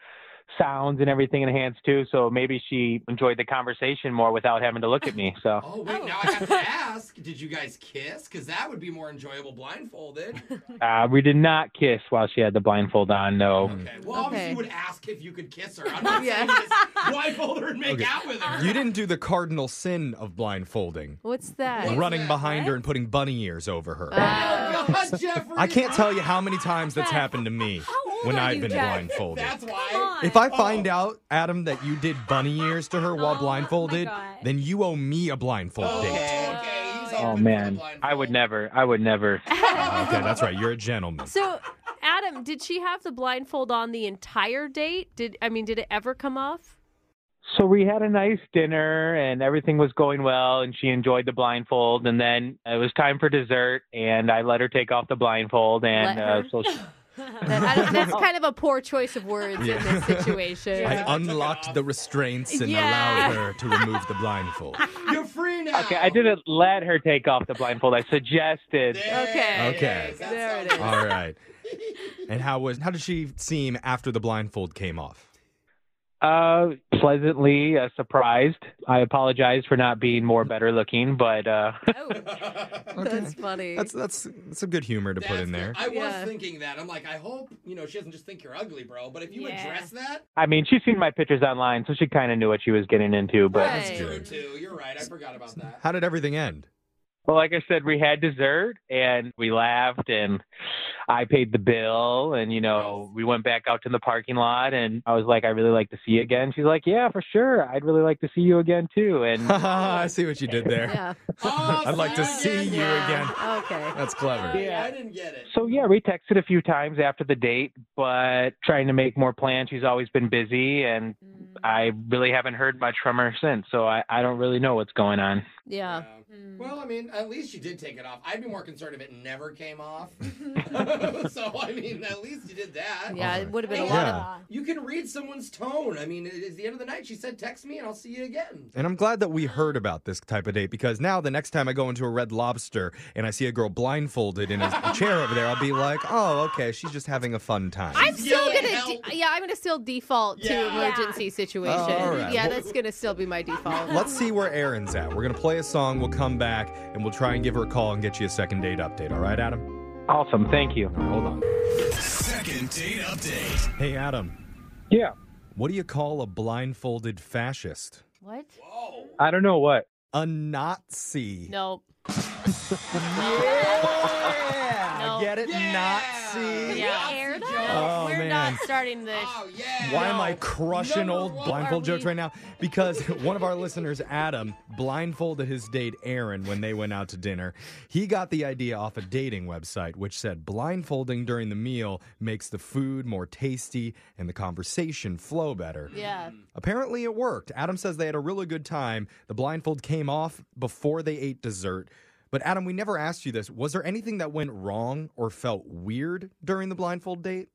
S10: sounds and everything enhanced too, so maybe she enjoyed the conversation more without having to look at me. So
S4: *laughs* Oh, wait, now I have to ask did you guys kiss? Because that would be more enjoyable
S2: *laughs*
S4: blindfolded.
S10: Uh, we did not kiss while she had the blindfold on. No.
S4: Okay. Well, obviously,
S2: Okay.
S4: you would ask if you could kiss her. I'm not
S2: Yeah.
S4: saying you
S2: *laughs*
S4: just blindfold her and make
S1: Okay.
S4: out with her.
S1: You didn't do the cardinal sin of blindfolding,
S2: What's that?
S1: running behind her and putting bunny ears over her.
S4: Oh, God, *laughs* Jeffrey.
S1: I can't tell you how many times that's happened to me
S3: old
S1: when
S3: are
S1: I've
S3: you,
S1: been
S3: Jack?
S1: blindfolded.
S4: That's why.
S3: Come on.
S1: If I find out, Adam, that you did bunny ears to her while
S3: Oh,
S1: blindfolded,
S3: my God.
S1: then you owe me a blindfold date.
S4: Okay, okay. He's
S10: Oh
S4: open for the
S10: man,
S4: blindfold.
S10: I would never. I would never.
S1: *laughs* Okay, that's right. You're a gentleman.
S2: So, Adam, did she have the blindfold on the entire date? Did I mean, did it ever come off?
S10: So we had a nice dinner and everything was going well, and she enjoyed the blindfold. And then it was time for dessert, and I let her take off the blindfold, and
S2: Let her?
S10: *laughs* Uh, so she,
S2: That- I don't- that's kind of a poor choice of words in this situation.
S1: I unlocked the restraints and
S2: Yeah.
S1: allowed her to remove the
S10: *laughs*
S1: blindfold.
S4: You're free now.
S10: Okay, I didn't let her take off the blindfold. I suggested.
S2: Okay.
S1: Okay.
S2: There it is.
S1: All right. And how was how did she seem after the blindfold came off?
S10: Uh, pleasantly uh, surprised. I apologize for not being more better looking, but uh,
S2: *laughs* Oh. That's
S1: *laughs*
S2: funny.
S1: That's that's some good humor to put in there.
S4: I was
S2: Yeah.
S4: thinking that. I'm like, I hope you know she doesn't just think you're ugly, bro. But if you
S3: Yeah.
S4: address that,
S10: I mean, she's seen my pictures online, so she kind of knew what she was getting into. But
S2: Right.
S4: that's
S2: Hey.
S4: true too.
S1: *laughs*
S4: You're right. I forgot about that.
S1: How did everything end?
S10: well, like I said, we had dessert and we laughed, and I paid the bill, and you know, we went back out to the parking lot, and I was like, I really like to see you again. She's like, Yeah, for sure. I'd really like to see you again too. And
S1: *laughs* I see what you did there.
S2: Yeah.
S1: *laughs*
S4: Oh,
S1: I'd like to see you again.
S2: Okay.
S1: That's clever.
S4: Yeah.
S10: Yeah.
S4: I didn't get it.
S10: So yeah, we texted a few times after the date, but trying to make more plans. She's always been busy, and I really haven't heard much from her since. So I, I don't really know what's going on.
S2: Yeah.
S4: Well, I mean, at least you did take it off. I'd be more concerned if it never came off. *laughs* so I mean, at least you did that.
S2: Yeah. It would have been a
S4: Yeah.
S2: lot of.
S4: You can read someone's tone. I mean, it's the end of the night. She said, "Text me, and I'll see
S1: *laughs*
S4: you again."
S1: And I'm glad that we heard about this type of date because now the next time I go into a red lobster and I see a girl blindfolded in a chair over there, I'll be like, oh, okay, she's just having a fun time.
S2: I'm still
S4: yelling
S2: gonna,
S4: help.
S2: de- yeah, I'm gonna still default to
S4: Yeah.
S2: emergency situation.
S1: Oh, all right.
S2: Yeah,
S1: Well-
S2: that's gonna still be my default.
S1: Let's see where Aaron's at. We're going to play a song, we'll come back, and we'll try and give her a call and get you a second date update. All right, Adam?
S10: Awesome, thank you.
S1: All right, hold on.
S9: Second date update.
S1: Hey, Adam,
S10: Yeah,
S1: what do you call a blindfolded fascist?
S2: What?
S10: I don't know what.
S1: A Nazi.
S2: No.
S1: Yeah!
S2: No.
S1: *laughs* Get it? Nazi.
S2: Yeah.
S1: Oh,
S2: We're
S1: man.
S2: not starting this.
S4: yeah.
S1: Why am I crushing
S4: Number
S1: old
S4: one,
S1: blindfold
S2: are
S1: jokes
S2: we-
S1: right now? Because *laughs* one of our listeners, Adam, blindfolded his date Aaron when they went out to dinner. He got the idea off a dating website which said blindfolding during the meal makes the food more tasty and the conversation flow better.
S2: Yeah.
S1: Apparently it worked. Adam says they had a really good time. The blindfold came off before they ate dessert. But Adam, we never asked you this. Was there anything that went wrong or felt weird during the blindfold date?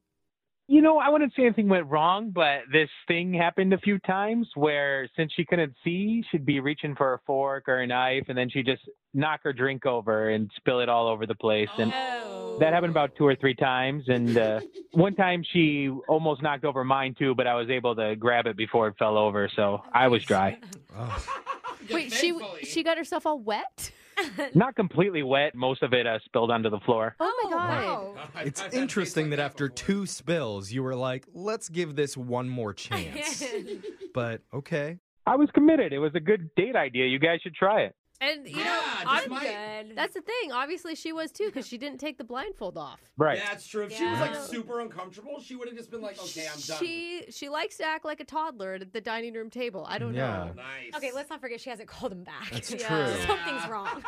S10: You know, I wouldn't say anything went wrong, but this thing happened a few times where since she couldn't see, she'd be reaching for a fork or a knife, and then she'd just knock her drink over and spill it all over the place. And
S3: Oh.
S10: That happened about two or three times, and uh, one time she almost knocked over mine too, but I was able to grab it before it fell over, so I was dry.
S2: Wait, she she got herself all wet.
S10: Not completely wet, most of it uh, spilled onto the floor.
S2: Oh my god.
S1: It's interesting that after two spills, you were like, let's give this one more
S4: *laughs*
S1: chance. but okay.
S10: I was committed. It was a good date idea. You guys should try it.
S2: And you know,
S4: Yeah,
S2: ob-
S4: just might.
S2: that's the thing. Obviously, she was too because she didn't take the blindfold off.
S10: Right.
S4: That's true. If she was like
S2: Yeah.
S4: super uncomfortable, she would have just been like, "Okay, I'm done."
S2: She she likes to act like a toddler at the dining room table. I don't
S1: Yeah.
S2: know.
S4: Nice.
S3: Okay, let's not forget she hasn't called him back.
S1: That's
S2: Yeah.
S1: true.
S3: Something's wrong.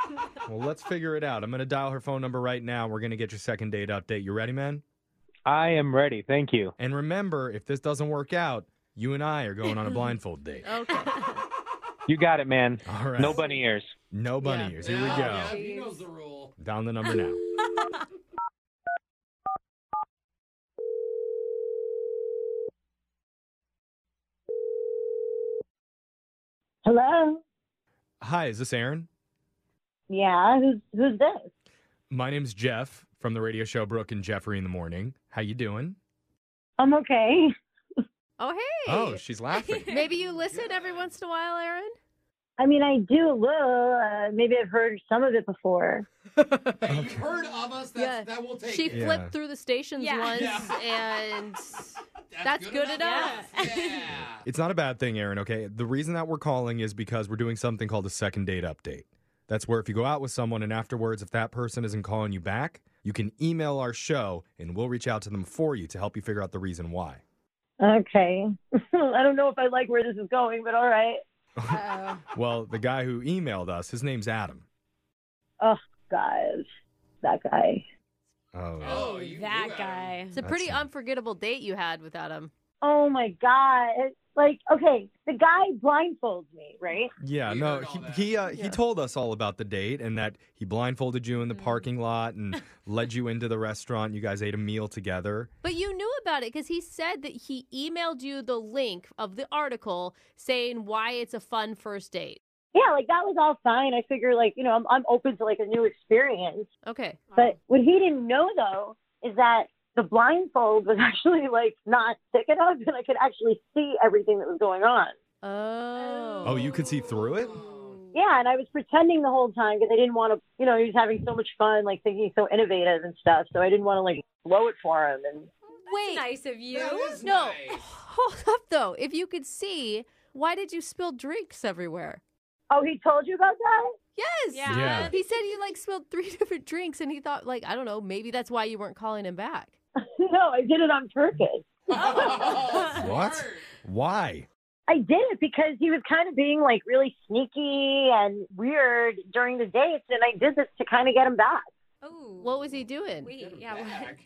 S1: Well, let's figure it out. I'm going to dial her phone number right now. We're going to get your second date update. You ready, man?
S10: I am ready. Thank you.
S1: And remember, if this doesn't work out, you and I are going
S4: *laughs*
S1: on a blindfold date.
S2: Okay.
S10: You got it, man.
S1: All right.
S10: No bunny ears.
S1: No bunny
S2: Yeah.
S1: ears. Here we go.
S4: Yeah, he knows
S1: *laughs*
S4: the rule.
S1: Down the number now.
S11: Hello.
S1: Hi, is this Aaron?
S11: Yeah. Who's who's this?
S1: My name's Jeff from the radio show Brooke and Jeffrey in the Morning. How you doing?
S11: I'm okay.
S2: Oh hey.
S1: Oh, she's
S2: *laughs*
S1: laughing.
S2: Maybe you listen every once in a while, Aaron.
S11: I mean, I do a little. Uh, maybe I've heard some of it before.
S4: Hey, you've heard of us. That's,
S2: Yeah.
S4: That will take.
S2: She
S4: it.
S1: Yeah.
S2: flipped through the stations
S3: Yeah.
S2: once,
S4: Yeah.
S2: *laughs*
S4: *laughs*
S2: and that's good
S4: Yeah.
S2: *laughs* enough.
S4: Yeah.
S1: It's not a bad thing, Aaron, okay? The reason that we're calling is because we're doing something called a second date update. That's where if you go out with someone and afterwards, if that person isn't calling you back, you can email our show and we'll reach out to them for you to help you figure out the reason why.
S11: Okay. *laughs* I don't know if I like where this is going, but all right.
S1: Well, the guy who emailed us, his name's Adam.
S11: Oh, guys, that guy.
S1: Oh,
S4: Oh, you
S3: that
S4: knew Adam.
S3: guy.
S2: It's a
S1: That's
S2: pretty
S1: it.
S2: unforgettable date you had without him.
S11: Oh my god. Like, okay, the guy blindfolds me, right?
S1: Yeah, no, he he, uh, he told us all about the date and that he blindfolded you in the parking lot and led you into the restaurant. You guys ate a meal together.
S2: But you knew about it because he said that he emailed you the link of the article saying why it's a fun first date.
S11: Yeah, like that was all fine. I figure, like, you know, I'm, I'm open to like a new experience.
S2: Okay.
S11: But what he didn't know though is that the blindfold was *laughs* actually like not thick enough, and I could actually see everything that was going on.
S2: Oh.
S1: Oh, you could see through it?
S11: Yeah, and I was pretending the whole time because I didn't want to, you know, he was having so much fun, like thinking he's so innovative and stuff. So I didn't want to like blow it for him. And *laughs*
S2: Wait. nice of you. no. *laughs* Hold up though. If you could see, why did you spill drinks everywhere?
S11: Oh, he told you about that?
S2: Yes.
S1: Yeah. Yeah.
S2: He said he like spilled three *laughs* different drinks and he thought like, I don't know, maybe that's why you weren't calling him back.
S11: no, I did it on purpose.
S1: What? Why?
S11: I did it because he was kind of being like really sneaky and weird during the dates, and I did this to kind of get him back.
S2: Oh. What was he doing?
S3: yeah.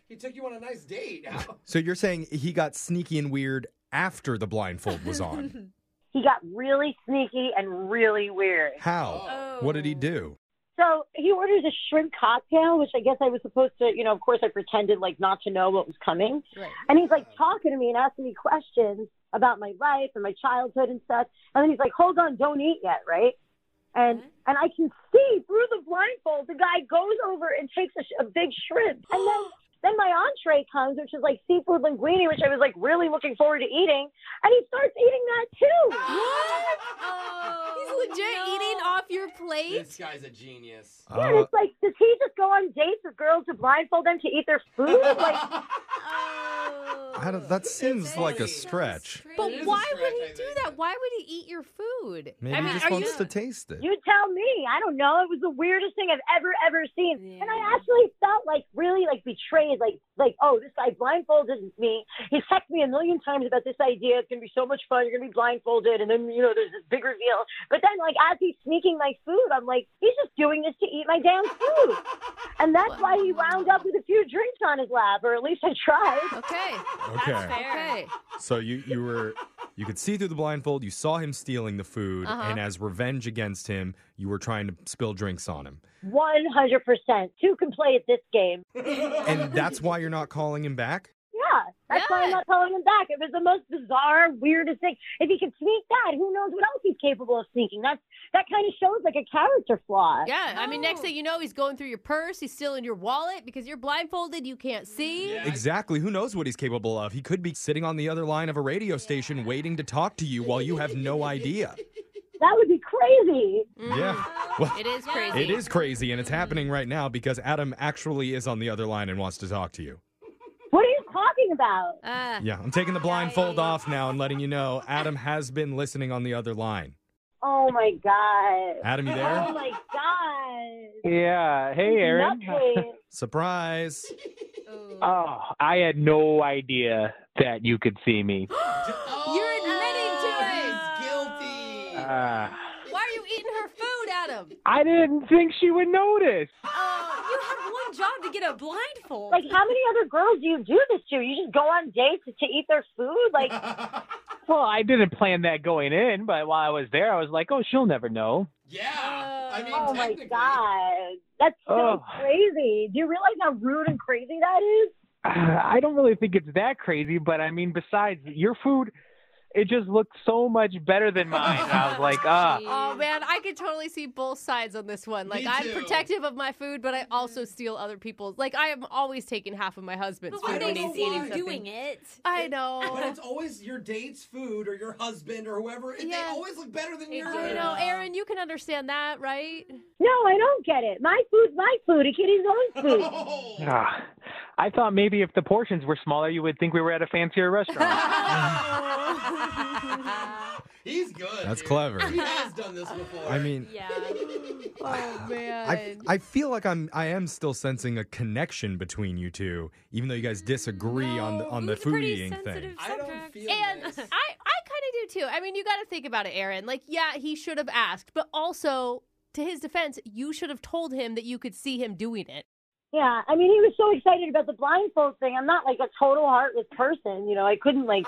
S4: He took you on a nice date. *laughs*
S1: So you're saying he got sneaky and weird after the blindfold was
S2: *laughs*
S1: on?
S11: *laughs* He got really sneaky and really weird.
S1: How?
S2: Oh.
S1: What did he do?
S11: So he orders a shrimp cocktail, which I guess I was supposed to, you know, of course I pretended like not to know what was coming. And he's like talking to me and asking me questions about my life and my childhood and stuff. And then he's like, "Hold on, don't eat yet, right?" And and I can see through the blindfold. The guy goes over and takes a, sh- a big shrimp, and then then my entree comes, which is like seafood linguine, which I was like really looking forward to eating, and he starts eating that too.
S2: Oh, He's legit eating off your plate.
S4: This guy's a genius.
S11: Yeah,
S1: Uh,
S11: and it's like, does he just go on dates with girls to blindfold them to eat their
S2: *laughs*
S11: food? Like,
S1: I don't, that seems like a stretch.
S2: But why would he do that? Why would he eat your food?
S1: Maybe
S2: I mean,
S1: he just
S2: are
S1: wants
S2: you...
S1: to taste
S2: *laughs*
S1: it.
S11: you tell me. I don't know. It was the weirdest thing I've ever, ever seen. And I actually felt like really like betrayed. Like, like, oh, this guy blindfolded me. He's texted me a million times about this idea. It's gonna be so much fun. You're gonna be blindfolded, and then you know there's this big reveal. But then like as he's sneaking my food, I'm like, he's just doing this to eat my damn
S2: *laughs*
S11: food. and that's why he wound up with a few drinks on his lap, or at least I tried.
S2: Okay.
S1: Okay.
S2: Okay.
S1: So you you were you could see through the blindfold. You saw him stealing the food,
S11: Uh-huh.
S1: and as revenge against him, you were trying to spill drinks on him.
S11: One hundred percent. Two can play at this game. yeah,
S1: And that's why you're not calling him back.
S11: that's why I'm not calling him back. It was the most bizarre, weirdest thing. If he can sneak that, who knows what else he's capable of sneaking? That's that kind of shows like a character flaw.
S2: Yeah, I mean, next thing you know, he's going through your purse. He's stealing your wallet because you're blindfolded. You can't see.
S1: Exactly. Who knows what he's capable of? He could be sitting on the other line of a radio station waiting to talk to you while you have no
S2: *laughs*
S1: idea.
S11: That would be crazy.
S1: Yeah. Well,
S2: Mm. It is crazy.
S1: it is crazy, and it's happening right now because Adam actually is on the other line and wants to talk to you.
S11: What are you talking about?
S2: Uh,
S1: Yeah, I'm taking the blindfold off now and letting you know Adam has been listening on the other line.
S11: Oh my god.
S1: Adam, you there?
S11: Oh my god.
S10: Yeah. Hey, Aaron. *laughs*
S11: Nutcase.
S1: Surprise.
S10: Oh, I had no idea that you could see me. *gasps*
S2: You're
S4: Oh,
S2: admitting to it.
S10: Uh,
S2: Why are you eating her food, Adam?
S10: I didn't think she would notice.
S2: Uh,
S3: You had one job to get a blindfold.
S11: Like, how many other girls do you do this to? You just go on dates to eat their food? Like,
S1: *laughs*
S10: Well, I didn't plan that going in, but while I was there, I was like, oh, she'll never know.
S11: I mean, oh my god, that's so
S10: Oh.
S11: crazy. Do you realize how rude and crazy that is?
S10: Ah, I don't really think it's that crazy, but I mean, besides your food, it just looked so much better than mine. And I was like, ah,
S2: Oh man, I could totally see both sides on this one. Like, I'm
S3: too.
S2: protective of my food, but I also steal other people's. Like, I am always taking half of my husband's
S3: Why
S2: food
S3: do
S2: when
S3: they
S2: he's
S3: see
S2: eating
S3: you
S2: something.
S3: doing it?
S2: I know.
S4: But it's always your date's food or your husband or whoever. and They always look
S3: *laughs*
S4: better than yours.
S2: I know, Aaron. You can understand that, right?
S11: No, I don't get it. My food's my food. He can eat his own food.
S10: *laughs* ah. I thought maybe if the portions were smaller, you would think we were at a fancier restaurant.
S4: He's good.
S1: That's clever.
S4: He has done this before.
S1: I mean-
S4: *laughs*
S2: Yeah. oh man.
S1: I, I feel like I'm I am still sensing a connection between you two, even though you guys disagree on the on the food eating thing.
S2: and I, I kind of do too. I mean, you got to think about it, Aaron. Like, yeah, he should have asked, but also to his defense, you should have told him that you could see him doing it.
S11: Yeah, I mean, he was so excited about the blindfold thing. I'm not like a total heartless person, you know. I couldn't like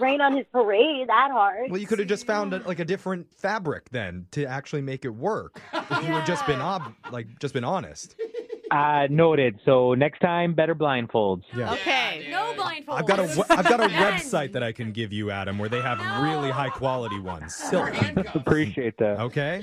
S11: rain on his parade that hard.
S1: Well, you could have just found a, like a different fabric then to actually make it work. If you had just been ob- like just been honest.
S10: Uh, noted. So next time, better blindfolds.
S2: Okay.
S3: No blindfold.
S1: I've got a we- I've
S3: *laughs*
S1: got a website that I can give you, Adam, where they have really high quality ones. Silk.
S10: Appreciate that.
S1: Okay.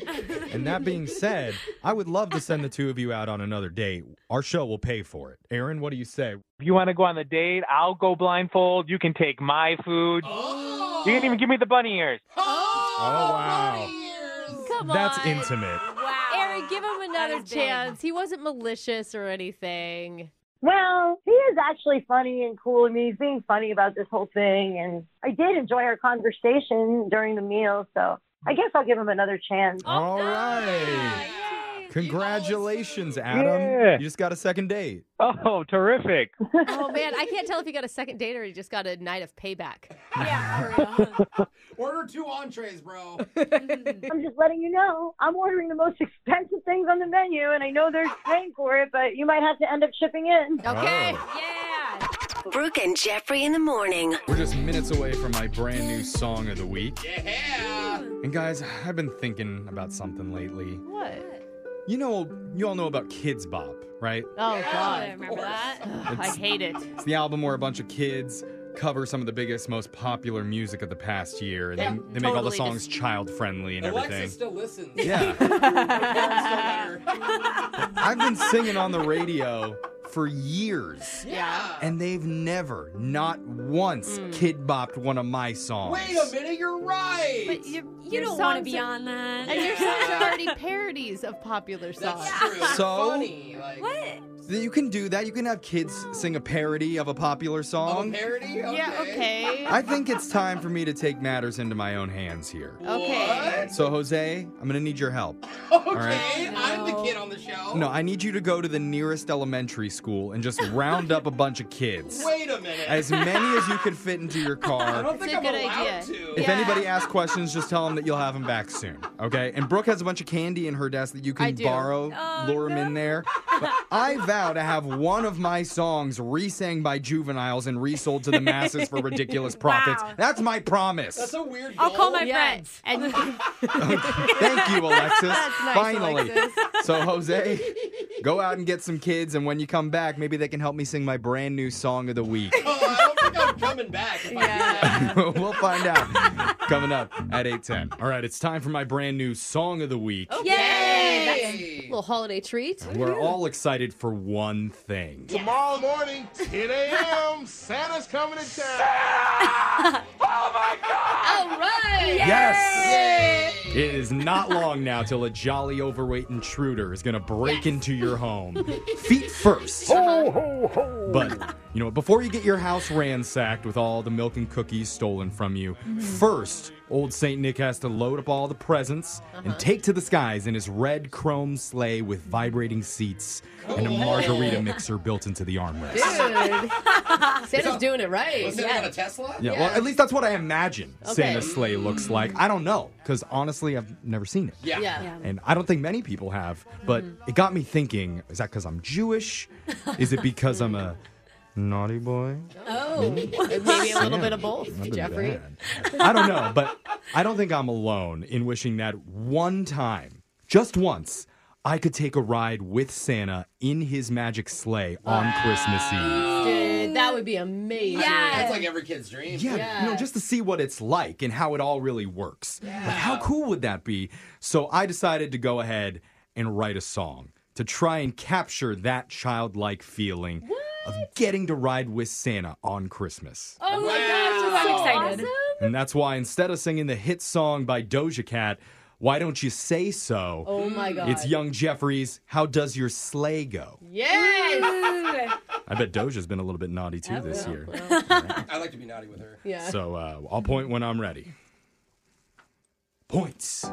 S1: And that being said, I would love to send the two of you out on another date. Our show will pay for it. Aaron, what do you say?
S10: If you want to go on the date, I'll go blindfold. You can take my food.
S2: Oh.
S10: You can even give me the bunny ears.
S1: Oh wow.
S2: Come on.
S1: That's intimate.
S2: Aaron, give him another chance. He wasn't malicious or
S3: *laughs*
S2: anything.
S11: Well, he is actually funny and cool. I mean, he's being funny about this whole thing, and I did enjoy our conversation during the meal. So I guess I'll give him another
S1: *laughs*
S11: chance.
S1: All right. Congratulations, Adam.
S10: Yeah.
S1: You just got a second date.
S10: Oh, terrific.
S2: oh man, I can't tell if he got a second date or he just got a night of payback. *laughs*
S12: Order two entrees, bro.
S11: I'm just letting you know I'm ordering the most *laughs* expensive things on the menu, and I know they're paying for it, but you might have to end up chipping in.
S6: Okay.
S1: Oh.
S6: Yeah. Brooke and Jeffrey in the morning.
S1: We're just minutes away from my brand new song of the week. Yeah. And guys, I've been thinking about something lately.
S2: What?
S1: You know, you all know about Kids Bop, right?
S2: Oh god,
S3: I remember that.
S2: Ugh, I
S1: It's-
S2: hate it.
S1: It's the album where a bunch of kids cover some of the biggest, most popular music of the past year, and
S12: Yeah,
S1: they, they make all the
S12: totally
S1: songs
S12: just-
S1: child friendly and
S12: Alexa
S1: everything.
S12: still *laughs* listens.
S1: Yeah.
S4: *laughs*
S12: Her parents still let her.
S1: I've been singing on the radio for years,
S12: Yeah. Hmm.
S1: and they've never, not once, kid bopped one of my songs.
S12: Wait a minute, you're right.
S2: But you,
S3: You
S2: your
S3: don't want to
S2: songs
S3: be
S2: are-
S3: on that.
S2: And your songs
S3: *laughs*
S2: are already parodies of popular songs.
S1: So
S12: Like,
S3: What?
S1: th- you can do that. You can have kids sing a parody of a popular song.
S12: parody?
S2: Yeah, okay.
S1: I think
S4: *laughs*
S1: it's time for me to take matters into my own hands here.
S2: Okay.
S1: So Jose, I'm gonna need your help.
S12: Okay,
S1: right.
S12: I'm the kid on the show.
S1: No, I need you to go to the nearest elementary school and just round up a bunch of kids.
S12: Wait a minute.
S1: As
S12: *laughs*
S1: many as you could fit into your
S12: I
S1: car.
S12: don't think
S2: It's a
S12: I'm
S2: good
S12: allowed
S2: idea.
S12: to.
S1: If anybody asks questions, just tell them that you'll have them back soon. Okay? And Brooke has a bunch of candy in her desk that you
S2: I
S1: can
S2: do. Oh,
S1: borrow, lure them in there. But I vow to have one of my songs re-sang by juveniles and resold to the masses for
S2: *laughs*
S1: ridiculous profits. That's my promise.
S12: That's a weird.
S3: I'll call
S12: goal.
S3: my
S2: Yeah.
S3: friends.
S12: *laughs*
S3: And
S1: *laughs* Thank
S2: *laughs*
S1: you, Alexis.
S2: nice,
S1: Finally. *laughs*
S2: Alexis.
S12: Oh,
S1: So, Jose, go out and get some kids, and when you come back, maybe they can help me sing my brand new song of the week. *laughs*
S12: Oh, I don't think I'm coming back. If I do that.
S1: we'll find out coming up at 8.10. All right, it's time for my brand new song of the week.
S2: A little holiday treat.
S1: We're all excited for one thing.
S12: Tomorrow morning, 10 a.m.
S2: *laughs*
S12: Santa's coming to town.
S2: All right.
S1: Oh, Yes! It is not long now till a jolly overweight intruder is going to break into your home. *laughs* Feet first. Ho, ho, ho. But, you know, before you get your house ransacked with all the milk and cookies stolen from you,
S2: Mm-hmm.
S1: first, old St. Nick has to load up all the presents
S2: Uh-huh.
S1: and take to the skies in his red chrome sleigh with vibrating seats and a
S2: *laughs*
S1: margarita mixer built into the armrest.
S2: Dude. Santa's doing it right.
S12: Was it
S2: Yeah.
S12: on a Tesla?
S1: Yeah, well, at least that's what I imagine
S2: Okay. Mm.
S1: Santa's sleigh looks like. I don't know, because honestly, I've never seen it.
S12: Yeah.
S2: Yeah. Mm-hmm.
S1: And I don't think many people have, but it got me thinking is that because I'm Jewish? Is it because I'm
S2: *laughs*
S1: a naughty boy?
S2: Oh, maybe a little
S1: Yeah.
S2: bit of
S1: That'd
S2: both,
S1: be
S2: Jeffrey.
S1: bad. I don't know, but I don't think I'm alone in wishing that one time, just once, I could take a ride with Santa in his magic sleigh on Christmas Eve.
S2: Dude, that would be amazing.
S12: That's like every kid's dream.
S1: Yeah, you know, just to see what it's like and how it all really works. Like, how cool would that be? So I decided to go ahead and write a song to try and capture that childlike feeling of getting to ride with Santa on Christmas.
S2: Oh
S12: my gosh,
S2: I'm
S3: excited.
S1: And that's why instead of singing the hit song by Doja Cat, Why Don't You Say So?
S2: Oh my god.
S1: It's Young Jeffries. How does your sleigh go?
S2: *laughs* Yes.
S1: I bet Doja's been a little bit naughty too this year.
S2: *laughs*
S12: I like to be naughty with her.
S2: yeah.
S1: So uh, I'll point when I'm ready. Points.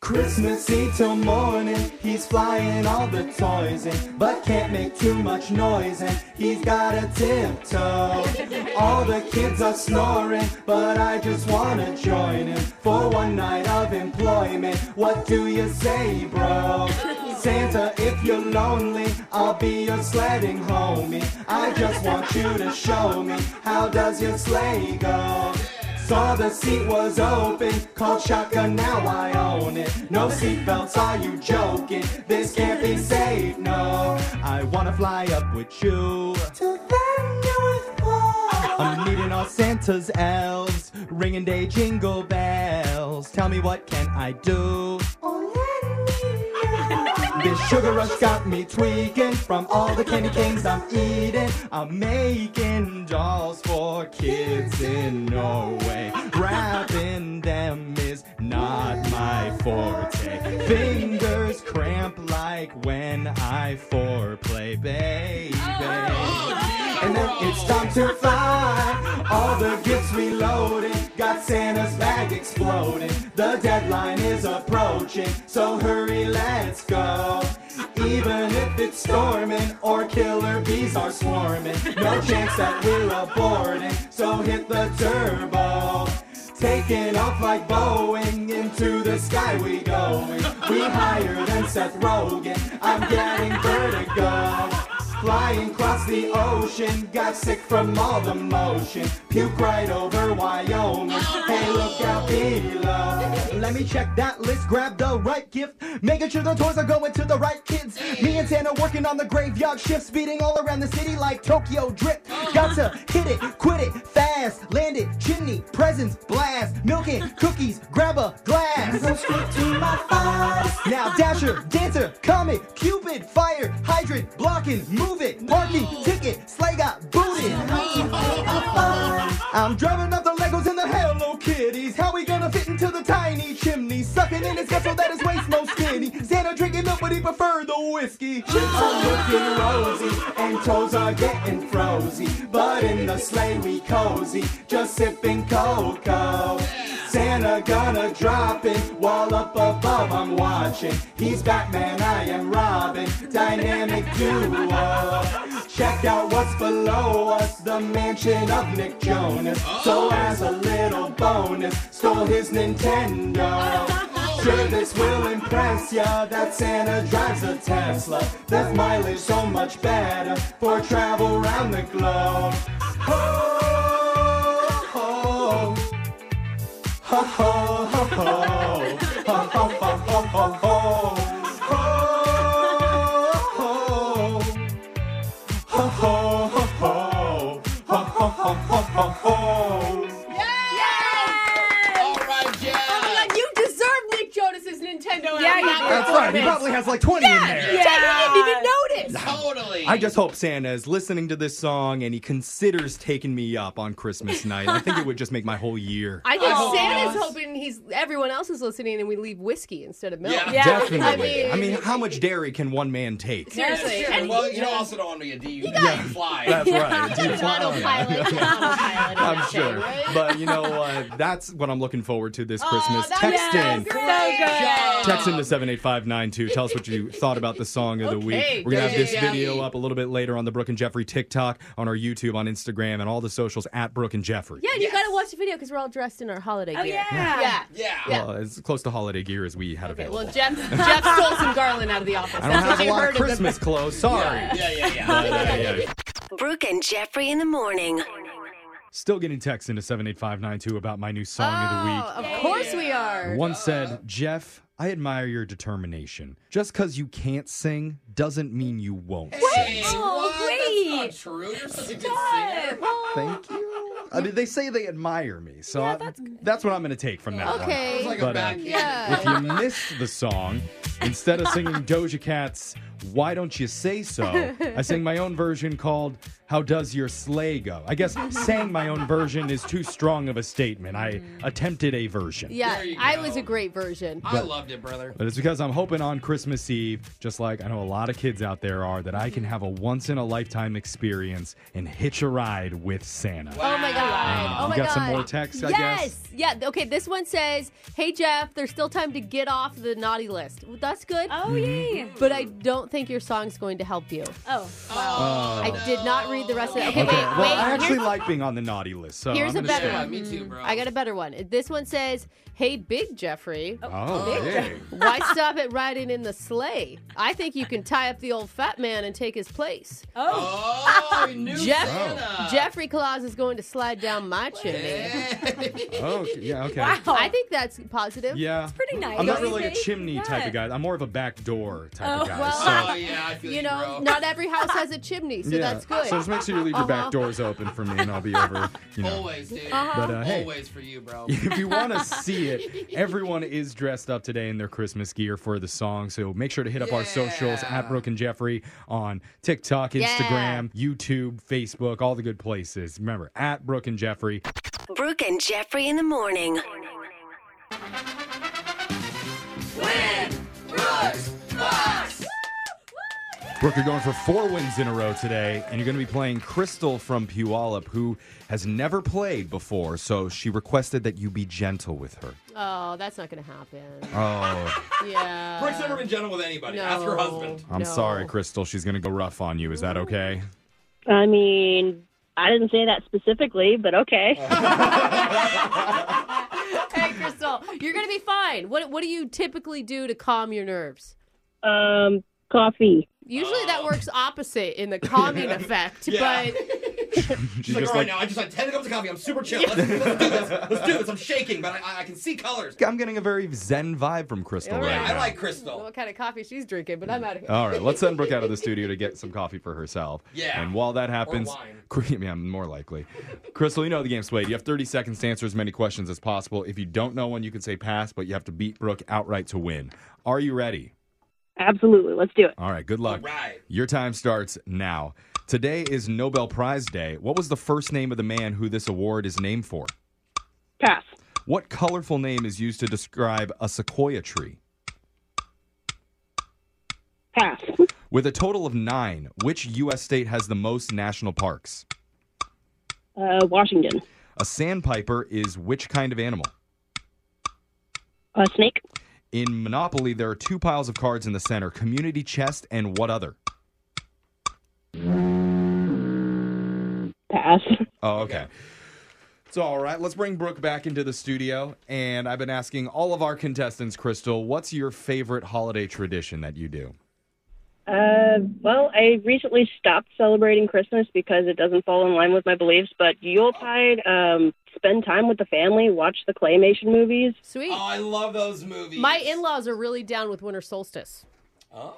S1: Christmas Eve till morning, he's flying all the toys in, but can't make too much noise, and he's gotta tiptoe.
S13: All the kids are snoring, but I just wanna join in for one night of employment. What do you say, bro? Santa, if you're lonely, I'll be your sledding homie. I just want you to show me how does your sleigh go. Saw the seat was open, called shotgun, now I own it. No seatbelts, are you joking? This can't be safe, no. I wanna fly up with you to the North Pole. I'm meeting all Santa's elves, ringing day jingle bells. Tell me what can I do? This sugar rush got me tweaking from all the candy canes I'm eating. I'm making dolls for kids in Norway. Wrapping them is not my forte. Fingers cramp like when I foreplay, baby. And then it's time to fly. All the gifts reloaded. Got Santa's bag exploding. The deadline is approaching. So hurry, let's go. Even if it's storming or killer bees are swarming. No chance that we're aborting. So hit the turbo. Taking off like Boeing, into the sky we going. We higher than Seth Rogen, I'm getting vertigo. Flying across the ocean, got sick from all the motion. Puke right over Wyoming. Hey, look out below. Let me check that list, grab the right gift, making sure the toys are going to the right kids. Me and Santa working on the graveyard shift, speeding all around the city like Tokyo Drift. Got to hit it, quit it, fast, land it, chimney, presents, blast, milk it, cookies, grab a glass. Go straight to my thighs. Now, Dasher, Dancer, Comet, Cupid, Fire, Hydrant, Blocking, Move It, Parking, Ticket, Slay got booted. I'm driving up the Legos and the Hello Kitties. How we gonna fit into the tiny chimney? Sucking in his gut so that his waist no skinny. Santa drinking milk, but he preferred the whiskey. Cheeks are looking rosy, and toes are getting frozy. But in the sleigh we cozy, just sipping cocoa. Santa gonna drop it while up above I'm watching. He's Batman, I am Robin, dynamic duo. Check out what's below us, the mansion of Nick Jonas. So as a little bonus, stole his Nintendo. Sure, this will impress ya that Santa drives a Tesla. That mileage so much better for travel round the globe. Ho, ho, ho, ho, ho, ho, ho, ho, ho, ho, ho, ho. Ho, ho, ho, ho, ho, ho, ho, ho, ho, ho, ho.
S3: All right, yeah. Oh my God, you deserve Nick Jonas's Nintendo.
S2: Yeah, you
S3: album.
S2: do.
S1: That's right. He probably has like 20 in there.
S3: I didn't even notice.
S1: Totally. I just hope Santa is listening to this song and he considers taking me up on Christmas night. I think it would just make my whole year.
S2: *laughs* I think
S3: Oh,
S2: Santa's
S3: yes.
S2: hoping he's everyone else is listening and we leave whiskey instead of milk.
S1: Definitely.
S2: I mean,
S1: how much dairy can one man take?
S2: Seriously.
S14: Yeah,
S2: And-
S14: sure. Well, you know, also don't want to be a D. You
S1: got-
S14: fly.
S4: *laughs*
S1: That's right. Do you fly? I'm *laughs*
S14: Autopilot.
S1: sure. But you know what? That's what I'm looking forward to this Christmas.
S3: that
S1: Text in.
S3: So good.
S1: Text into 78592. Tell us what you thought about the song of the
S3: Okay,
S1: week. We're going to have this
S3: yeah.
S1: video up a little bit later on the Brooke and Jeffrey TikTok, on our YouTube, on Instagram, and all the socials at Brooke and Jeffrey.
S2: Yeah, you gotta watch the video because we're all dressed in our holiday
S3: Oh,
S2: gear.
S3: yeah.
S2: yeah,
S1: Well, as close to holiday gear as we had
S2: Well,
S1: available.
S2: *laughs* Jeff, Jeff stole some garland out of the office.
S1: I don't
S2: That's
S1: have
S2: what
S1: a
S2: you
S1: lot
S2: heard
S1: of
S2: in the-
S1: Christmas clothes. Sorry.
S14: Yeah, yeah, yeah.
S1: *laughs* But, uh, yeah.
S6: Brooke and Jeffrey in the morning.
S1: Still getting texts into 78592 about my new song of the week.
S2: Oh, of course we are.
S1: One said, Jeff, I admire your determination. Just because you can't sing doesn't mean you won't sing.
S14: oh, wait. That's not true. You're such a good singer.
S1: Thank you. I mean, they say they admire me, so I- that's, what I'm going to take from that one.
S2: Okay. Sounds like a
S1: but uh,
S2: backhand. Yeah.
S1: if you missed the song, instead of
S2: *laughs*
S1: singing Doja Cat's Why Don't You Say So, I sang my own version called How Does Your Sleigh Go? I guess sang my own version is too strong of a statement. I attempted a version.
S2: Yeah, I was a great version.
S1: I But- loved
S14: it, brother.
S1: But it's because I'm hoping on Christmas Eve, just like I know a lot of kids out there are, that I can have a once in a lifetime experience and hitch a ride with Santa.
S2: Oh my god! Oh my
S1: you got
S2: God.
S1: some more texts, I guess.
S2: yes. Yeah. Okay. This one says, "Hey Jeff, there's still time to get off the naughty list. That's good. Oh yay!
S1: Mm-hmm.
S2: But I don't think your song's going to help you. Oh.
S1: Oh.
S2: I did not read the rest of it. Okay.
S1: Okay,
S2: Wait.
S1: well,
S2: wait.
S1: I actually
S2: here's-
S1: like being on the naughty list, so
S2: Here's
S1: I'm
S2: a
S1: gonna
S2: better
S1: stay.
S2: one. I got a better one. This one says, "Hey, Big Jeffrey,
S1: Oh,
S2: Big
S1: hey.
S2: Jeff- *laughs* why stop at riding in the sleigh? I think you can tie up the old fat man and take his place."
S4: Oh, new
S2: Jeff-
S4: Santa.
S2: Jeffrey Claus is going to slide down my chimney.
S1: *laughs* Oh, okay, yeah, okay.
S2: *laughs* I think Mm. that's positive.
S1: Yeah.
S2: It's pretty nice.
S1: I'm not really a chimney type of guy. I'm more of a back door type
S2: Oh,
S1: of guy.
S2: well,
S1: so-
S4: yeah, I feel
S2: you know, not every house has a chimney, so that's good.
S1: So just make sure you leave your
S2: Uh-huh.
S1: back doors open for me, and I'll be over. You know.
S4: Always, dude.
S1: But, uh, hey.
S4: Always for you, bro.
S1: If you want to see it, everyone is dressed up today in their Christmas gear for the song. So make sure to hit up our socials at Brooke and Jeffrey on TikTok,
S6: Yeah.
S1: Instagram, YouTube, Facebook, all the good places. Remember, at Brooke and Jeffrey.
S6: Brooke and Jeffrey in the morning.
S1: Brooke, you're going for four wins in a row today, and you're going to be playing Crystal from Puyallup, who has never played before. So she requested that you be gentle with her.
S2: Oh, that's not going to happen.
S1: Oh. *laughs*
S2: Yeah.
S4: Brooke's never been gentle with anybody.
S2: No.
S4: Ask her husband.
S1: I'm sorry, Crystal. She's going to go rough on you. Is that okay?
S3: I mean, I didn't say that specifically, but okay.
S4: Uh-huh.
S2: hey, Crystal, you're going to be fine. What What do you typically do to calm your nerves?
S3: um, coffee.
S2: Usually that works opposite in
S4: *laughs*
S2: the calming effect,
S4: Um. Yeah.
S2: but
S4: She's like, all right now, I just had 10 cups of coffee. I'm super chill. Let's, let's do this. Let's do
S1: *laughs*
S4: this. I'm shaking, but I- I, I can see colors.
S1: I'm getting a very zen vibe from Crystal right
S4: I
S1: now.
S4: like Crystal.
S2: what kind of coffee she's drinking, but I'm out of here.
S1: All right, let's send Brooke out of the studio to get some coffee for herself.
S2: Yeah.
S1: And while that happens, *laughs*
S2: wine.
S1: Cr- yeah, more likely. Crystal, you know the game's played. You have 30 seconds to answer as many questions as possible. If you don't know one, you can say pass, but you have to beat Brooke outright to win. Are you ready?
S3: Absolutely. Let's do it.
S1: All right, good luck. Your time starts now. Today is Nobel Prize Day. What was the first name of the man who this award is named for?
S3: Pass.
S1: What colorful name is used to describe a sequoia tree?
S3: Pass.
S1: With a total of nine, which U.S. state has the most national parks?
S3: Uh, Washington.
S1: A sandpiper is which kind of animal?
S3: Uh, snake.
S1: In Monopoly, there are two piles of cards in the center community chest and what other?
S3: Pass.
S1: Oh, okay. So, all right, let's bring Brooke back into the studio. And I've been asking all of our contestants, Crystal, what's your favorite holiday tradition that you do?
S3: Uh, well, I recently stopped celebrating Christmas because it doesn't fall in line with my beliefs. But Yuletide, um, spend time with the family, watch the claymation movies.
S2: Sweet. Oh,
S4: I love those movies.
S2: My in laws are really down with winter solstice.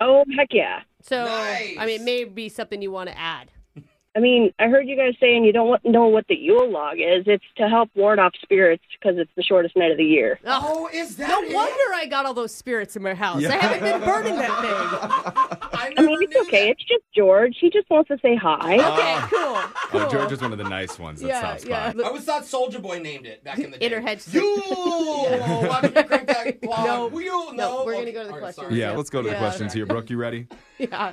S3: Oh heck yeah!
S2: So, I mean, it may be something you want to add.
S3: I mean, I heard you guys saying you don't want, know what the Yule log is. It's to help ward off spirits because it's the shortest night of the year.
S2: Oh,
S4: is
S2: that? No wonder I got all those spirits in my house. I
S3: Yeah.
S2: haven't been burning
S4: *laughs*
S2: that thing.
S3: I, mean, it's okay. It's just George. He just wants to say hi.
S1: Okay,
S2: cool.
S1: Oh, George is one of the nice ones. That sounds fun.
S4: I always thought Soldier Boy named it back
S2: *laughs*
S4: in the day.
S2: Inner head.
S1: *laughs*
S4: You! I'm gonna crank that clock.
S2: *laughs* No.
S4: We don't
S2: No,
S4: know.
S2: we're gonna
S4: Okay,
S2: go to the
S4: all
S2: questions.
S4: sorry.
S1: Yeah, let's go to the
S2: Yeah.
S1: questions here. Brooke, you ready? *laughs*
S2: Yeah.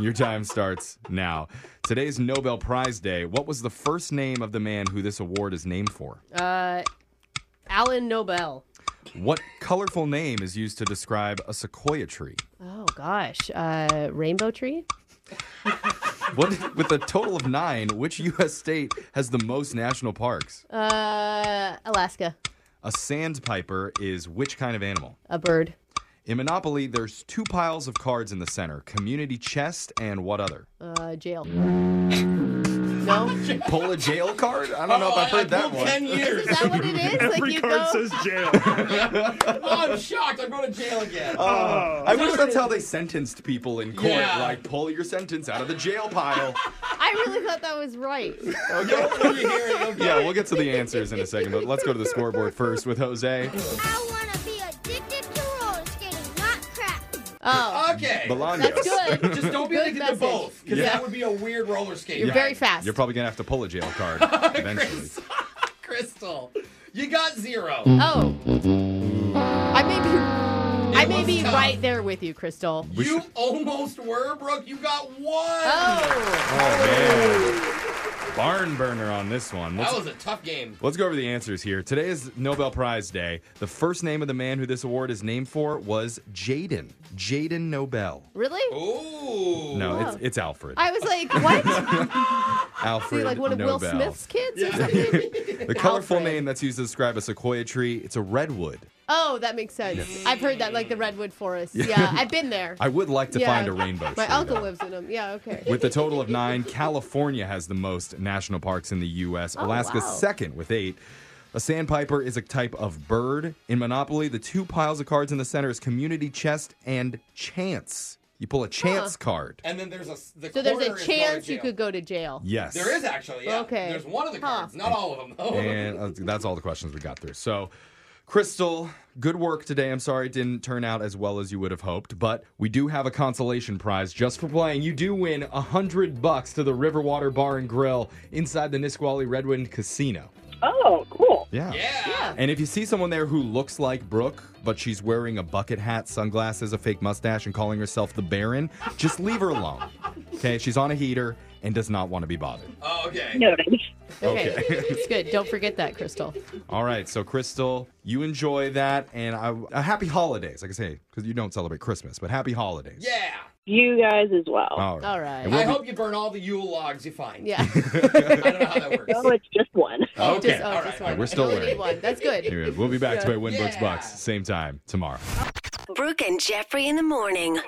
S1: Your time starts now. Today's Nobel Prize Day. What was the first name of the man who this award is named for?
S2: Uh, Alan Nobel.
S1: What colorful name is used to describe a sequoia tree?
S2: Oh gosh, uh, rainbow tree.
S1: What, with a total of nine, which U.S. state has the most national parks?
S2: Uh, Alaska.
S1: A sandpiper is which kind of animal?
S2: A bird.
S1: In Monopoly, there's two piles of cards in the center community chest and what other?
S2: Uh, jail. no.
S1: Pull a jail card? I don't know if I've heard
S4: Oh,
S1: that one.
S4: years.
S2: Is that what it is?
S1: *laughs*
S2: Every like you card go...
S1: says jail.
S4: *laughs* Oh, I'm shocked. I'm going to jail again.
S1: Oh, I wish that's how they sentenced people in court.
S4: Yeah.
S1: Like, pull your sentence out of the jail pile.
S2: I really thought that was right.
S1: yeah, we'll get to the answers in a second, but let's go to the scoreboard first with Jose.
S2: Oh.
S4: Okay.
S1: Bolaños.
S4: That's
S2: good.
S4: Just don't be
S2: Good
S4: addicted
S2: message.
S4: to both, because
S1: Yeah.
S4: that would be a weird roller skate.
S2: You're very fast.
S1: You're probably going to have to pull a jail card
S4: *laughs*
S1: eventually.
S4: Crystal, you got zero.
S1: Mm.
S2: Oh. I may be. I may
S4: was
S2: be
S4: tough.
S2: right there with you, Crystal.
S4: You almost were, Brooke. You got one.
S2: Oh.
S1: Oh, man. Barn burner on this one.
S14: That
S1: Let's-
S14: was a tough game.
S1: Let's go over the answers here. Today is Nobel Prize Day. The first name of the man who this award is named for was Jaden. Jaden Nobel.
S2: Really?
S14: Oh.
S1: No, it's it's Alfred.
S2: I was like,
S1: *laughs*
S2: what?
S1: Alfred
S2: See, like one of
S1: Nobel.
S2: Will
S1: *laughs*
S2: Smith's kids? or something?
S1: The colorful name that's used to describe a sequoia tree, it's a redwood.
S2: Oh, that makes sense.
S1: Yes.
S2: I've heard that, like the redwood forest.
S1: Yeah.
S2: Yeah, I've been there.
S1: *laughs* I would like to
S2: Yeah.
S1: find a rainbow tree.
S2: My uncle
S1: though.
S2: lives in them. Yeah, okay. *laughs*
S1: With a total of nine, California has the most national parks in the U.S.
S2: Oh,
S1: Alaska's
S2: wow.
S1: second with eight. A sandpiper is a type of bird. In Monopoly, the two piles of cards in the center is community chest and chance. You pull a chance card.
S14: And then there's a s- the
S2: so there's
S14: corner
S2: a
S14: is
S2: chance
S14: going
S2: you
S14: to
S2: could go to jail.
S1: Yes.
S14: There is actually. Yeah.
S2: Okay.
S14: There's one of the
S2: Huh.
S14: cards, not all of them though.
S1: And uh, that's all the questions we got through. So, Crystal, good work today. I'm sorry it didn't turn out as well as you would have hoped, but we do have a consolation prize just for playing. You do win a hundred bucks to the Riverwater Bar and Grill inside the Nisqually Redwood Casino.
S11: Oh, cool.
S1: Yeah. And if you see someone there who looks like Brooke, but she's wearing a bucket hat, sunglasses, a fake mustache, and calling herself the Baron, just leave her alone. Okay, she's on a heater and does not want to be bothered.
S14: Oh, okay.
S11: Noted.
S2: Okay.
S1: Okay.
S2: it's good. Don't forget that, Crystal.
S1: All right, so Crystal, you enjoy that, and I, uh, happy holidays. Like I say, because you don't celebrate Christmas, but happy holidays.
S14: Yeah.
S11: You guys as well.
S1: All right.
S2: right.
S1: And we'll
S14: I
S1: be- *laughs*
S14: hope you burn all the Yule logs you find. *laughs*
S2: Yeah.
S11: No, it's just one.
S1: Okay.
S2: Just, oh,
S1: All right.
S2: just one.
S1: We're still
S2: You only
S1: learning.
S2: need one. That's good.
S1: Anyway, we'll be back to
S2: Yeah.
S1: Win Brooks Bucks same time tomorrow.
S6: Brooke and Jeffrey in the morning.